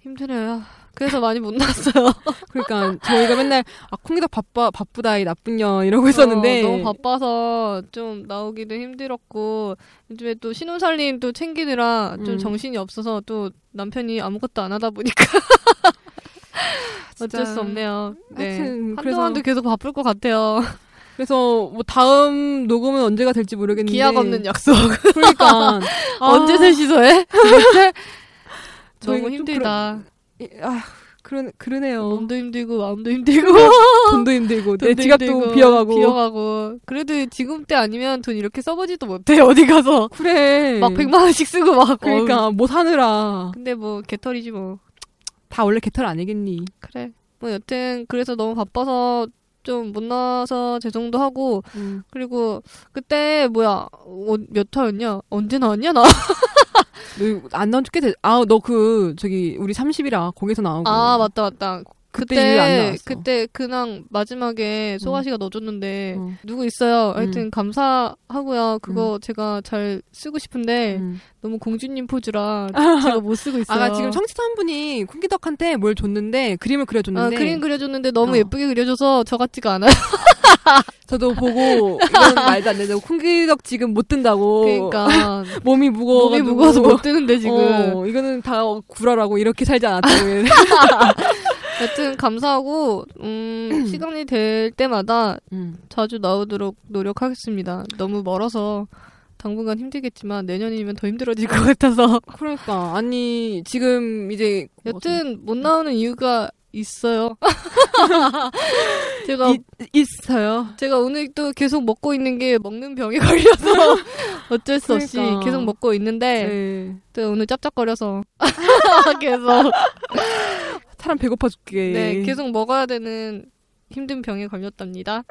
Speaker 2: 힘드네요. 그래서 많이
Speaker 1: [laughs]
Speaker 2: 못 났어요.
Speaker 1: 그러니까 저희가 맨날 아, 콩기덕 바빠 바쁘다 이 나쁜 년 이러고 있었는데
Speaker 2: 어, 너무 바빠서 좀 나오기도 힘들었고, 요즘에 또 신혼살림 또 챙기느라 좀
Speaker 1: 음.
Speaker 2: 정신이 없어서 또 남편이 아무것도 안 하다 보니까.
Speaker 1: [laughs] 진짜.
Speaker 2: 어쩔 수 없네요. 네.
Speaker 1: 하여튼 그래서-
Speaker 2: 한동안도 계속 바쁠 것 같아요.
Speaker 1: 그래서 뭐 다음 녹음은 언제가 될지 모르겠는데
Speaker 2: 기약 없는 약속.
Speaker 1: 그러니까 [laughs] 아,
Speaker 2: 언제 셋이서 해? 도대체? [laughs] 너무
Speaker 1: 저희가 좀
Speaker 2: 힘들다.
Speaker 1: 아 그런 그러네요.
Speaker 2: 몸도 힘들고 마음도 힘들고
Speaker 1: 돈도 힘들고 내
Speaker 2: 어? 돈도
Speaker 1: 네, 지갑도
Speaker 2: 힘들고,
Speaker 1: 비어가고
Speaker 2: 비어가고. 그래도 지금 때 아니면 돈 이렇게 써보지도 못해
Speaker 1: [laughs]
Speaker 2: 어디 가서
Speaker 1: 그래
Speaker 2: 막 백만 원씩 쓰고 막 어우.
Speaker 1: 네. 그러니까 뭐 사느라
Speaker 2: 근데 뭐 개털이지 뭐
Speaker 1: 다 원래 개털 아니겠니?
Speaker 2: 그래. 뭐 여튼 그래서 너무 바빠서 좀 못 나와서 죄송도 하고 그리고 그때 뭐야 어, 몇 화였냐 언제 나왔냐 나
Speaker 1: 너안 나온 지꽤 돼. 아너 그 저기 우리 30이라 거기서 나오고
Speaker 2: 아 맞다 맞다
Speaker 1: 음. 그때 이후에 안
Speaker 2: 그때
Speaker 1: 나왔어. 음.
Speaker 2: 그때 그냥 마지막에 소아 씨가 넣어줬는데
Speaker 1: 어.
Speaker 2: 누구 있어요 하여튼
Speaker 1: 음.
Speaker 2: 감사하고요 그거 제가 잘 쓰고 싶은데
Speaker 1: 음.
Speaker 2: 너무 공주님
Speaker 1: [laughs]
Speaker 2: 포즈라 제가 못 쓰고 있어요
Speaker 1: 아 지금 청취자 한 분이 쿵기덕한테 뭘 줬는데 그림을
Speaker 2: 아,
Speaker 1: 그려줬는데
Speaker 2: 그림 그려줬는데 너무
Speaker 1: 어.
Speaker 2: 예쁘게 그려줘서 저 같지가 않아요
Speaker 1: 저도 보고
Speaker 2: [laughs]
Speaker 1: 이건 말도 안 된다고 쿵기덕 지금 못 뜬다고 [laughs]
Speaker 2: 그러니까
Speaker 1: 몸이 무거워
Speaker 2: 몸이 무거워서 못 뜨는데 지금 [laughs]
Speaker 1: 어, 이거는 다 구라라고 이렇게 살지
Speaker 2: 아.
Speaker 1: 않았다고 얘는.
Speaker 2: 여튼 감사하고
Speaker 1: [clears throat]
Speaker 2: 음, 시간이 될 때마다
Speaker 1: 음.
Speaker 2: 자주 나오도록 노력하겠습니다 너무 멀어서 당분간 힘들겠지만 내년이면 더 힘들어질
Speaker 1: [laughs]
Speaker 2: 것 같아서
Speaker 1: 그러니까 아니 지금 이제 뭐
Speaker 2: 여튼 못 나오는 이유가 있어요. [laughs] 제가
Speaker 1: 이- 있어요.
Speaker 2: 제가 오늘 또 계속 먹고 있는 게 먹는
Speaker 1: [laughs]
Speaker 2: 병에 걸려서 어쩔 수 없이
Speaker 1: 그러니까.
Speaker 2: 계속 먹고 있는데
Speaker 1: 네.
Speaker 2: 또 오늘
Speaker 1: [laughs]
Speaker 2: 짭짭거려서 계속
Speaker 1: 사람 배고파 죽게.
Speaker 2: [laughs] 네 계속 먹어야 되는 힘든 병에 걸렸답니다.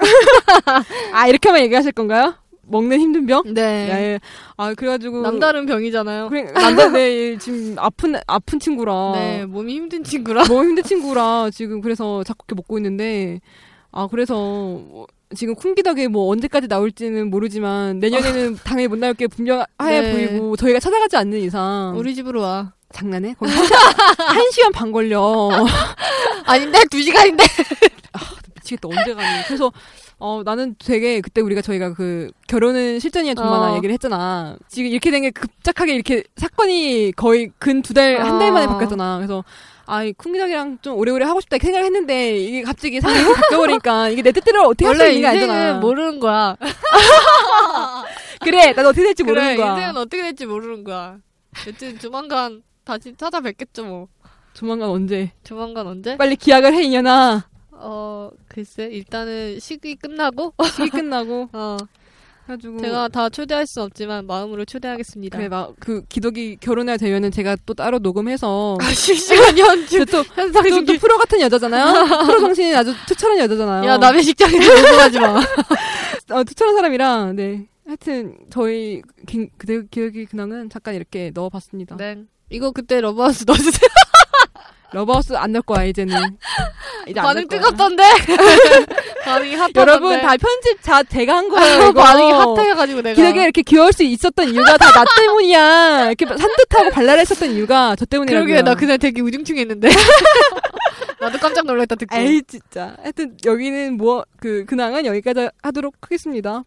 Speaker 1: 아 이렇게만 얘기하실 건가요? 먹는 힘든 병?
Speaker 2: [laughs] 네
Speaker 1: 예. 아 그래가지고
Speaker 2: 남다른 병이잖아요.
Speaker 1: 그래, 남자네 지금 아픈 아픈 친구라.
Speaker 2: 네 몸이 힘든 [laughs] 친구라
Speaker 1: 너무 힘든 친구라 지금 그래서 자꾸 이렇게 먹고 있는데 아 그래서 뭐 지금 쿵기덕이 뭐 언제까지 나올지는 모르지만
Speaker 2: [laughs]
Speaker 1: 내년에는 당연히 못 나올 게 분명해
Speaker 2: 네.
Speaker 1: 보이고 저희가 찾아가지 않는 이상
Speaker 2: 우리 집으로 와.
Speaker 1: 장난해?
Speaker 2: [laughs]
Speaker 1: 거기 한, 시간- 한 시간 반 걸려
Speaker 2: 아닌데
Speaker 1: [laughs]
Speaker 2: 두 시간인데.
Speaker 1: 미치겠다 언제 가니 그래서 어 나는 되게 그때 우리가 저희가 그 결혼은 실전이야 돈 많아
Speaker 2: 어.
Speaker 1: 얘기를 했잖아 지금 이렇게 된 게 급작하게 이렇게 사건이 거의 근 두 달 한 달 만에
Speaker 2: 어.
Speaker 1: 바뀌었잖아 그래서 아이 쿵기덕이랑 좀 오래오래 하고 싶다 이렇게 생각을 했는데 이게 갑자기 상황이
Speaker 2: [laughs]
Speaker 1: 바뀌어버리니까 이게 내 뜻대로 어떻게 할 수
Speaker 2: 원래
Speaker 1: 있는 게 아니잖아
Speaker 2: 인생은 모르는 [laughs] 거야.
Speaker 1: 그래 난 어떻게 될지
Speaker 2: 그래
Speaker 1: 모르는 거야
Speaker 2: 인생은 어떻게 될지 모르는 거야. 여튼 조만간 다시 찾아뵙겠죠 뭐.
Speaker 1: 조만간 언제
Speaker 2: 조만간 언제?
Speaker 1: 빨리 기약을 해 이년아
Speaker 2: 어 글쎄 일단은 시기 끝나고
Speaker 1: 시기 끝나고
Speaker 2: 어
Speaker 1: 해가지고
Speaker 2: 제가 다 초대할 수 없지만 마음으로 초대하겠습니다.
Speaker 1: 그래 막 그 기덕이 결혼해야 되면은 제가 또 따로
Speaker 2: [laughs]
Speaker 1: 녹음해서
Speaker 2: 아, 실시간 연주
Speaker 1: 또
Speaker 2: 현상
Speaker 1: 또, 또
Speaker 2: 중계.
Speaker 1: 프로 같은
Speaker 2: [laughs]
Speaker 1: 여자잖아요. 프로 정신이 아주 투철한 여자잖아요.
Speaker 2: 야 남의 식장에
Speaker 1: [laughs]
Speaker 2: 녹음하지 마.
Speaker 1: 어, 투철한 사람이라 네. 하여튼 저희 기, 그대 기억이 근황은 잠깐 이렇게 넣어봤습니다.
Speaker 2: 네. 이거 그때 러브하우스 넣어주세요.
Speaker 1: 러브하우스 안 넣을 거야
Speaker 2: [laughs]
Speaker 1: 이제는. 이제 안
Speaker 2: 반응
Speaker 1: 넣을 거야.
Speaker 2: 뜨겁던데. [laughs] 반응이 핫.
Speaker 1: 여러분
Speaker 2: [laughs]
Speaker 1: 다 편집 자 제가 한 거예요. 이거.
Speaker 2: 반응이 핫해가지고 내가.
Speaker 1: 기덕이 이렇게 귀여울 수 있었던 이유가 다 나 때문이야. 이렇게 산뜻하고 발랄했었던 이유가 저 때문이라고요.
Speaker 2: 그러게 나 그날 되게 [laughs] 우중충했는데. 나도 깜짝 놀랐다 듣고.
Speaker 1: 에이 진짜. 하여튼 여기는 뭐 그 근황은 여기까지 하도록 하겠습니다.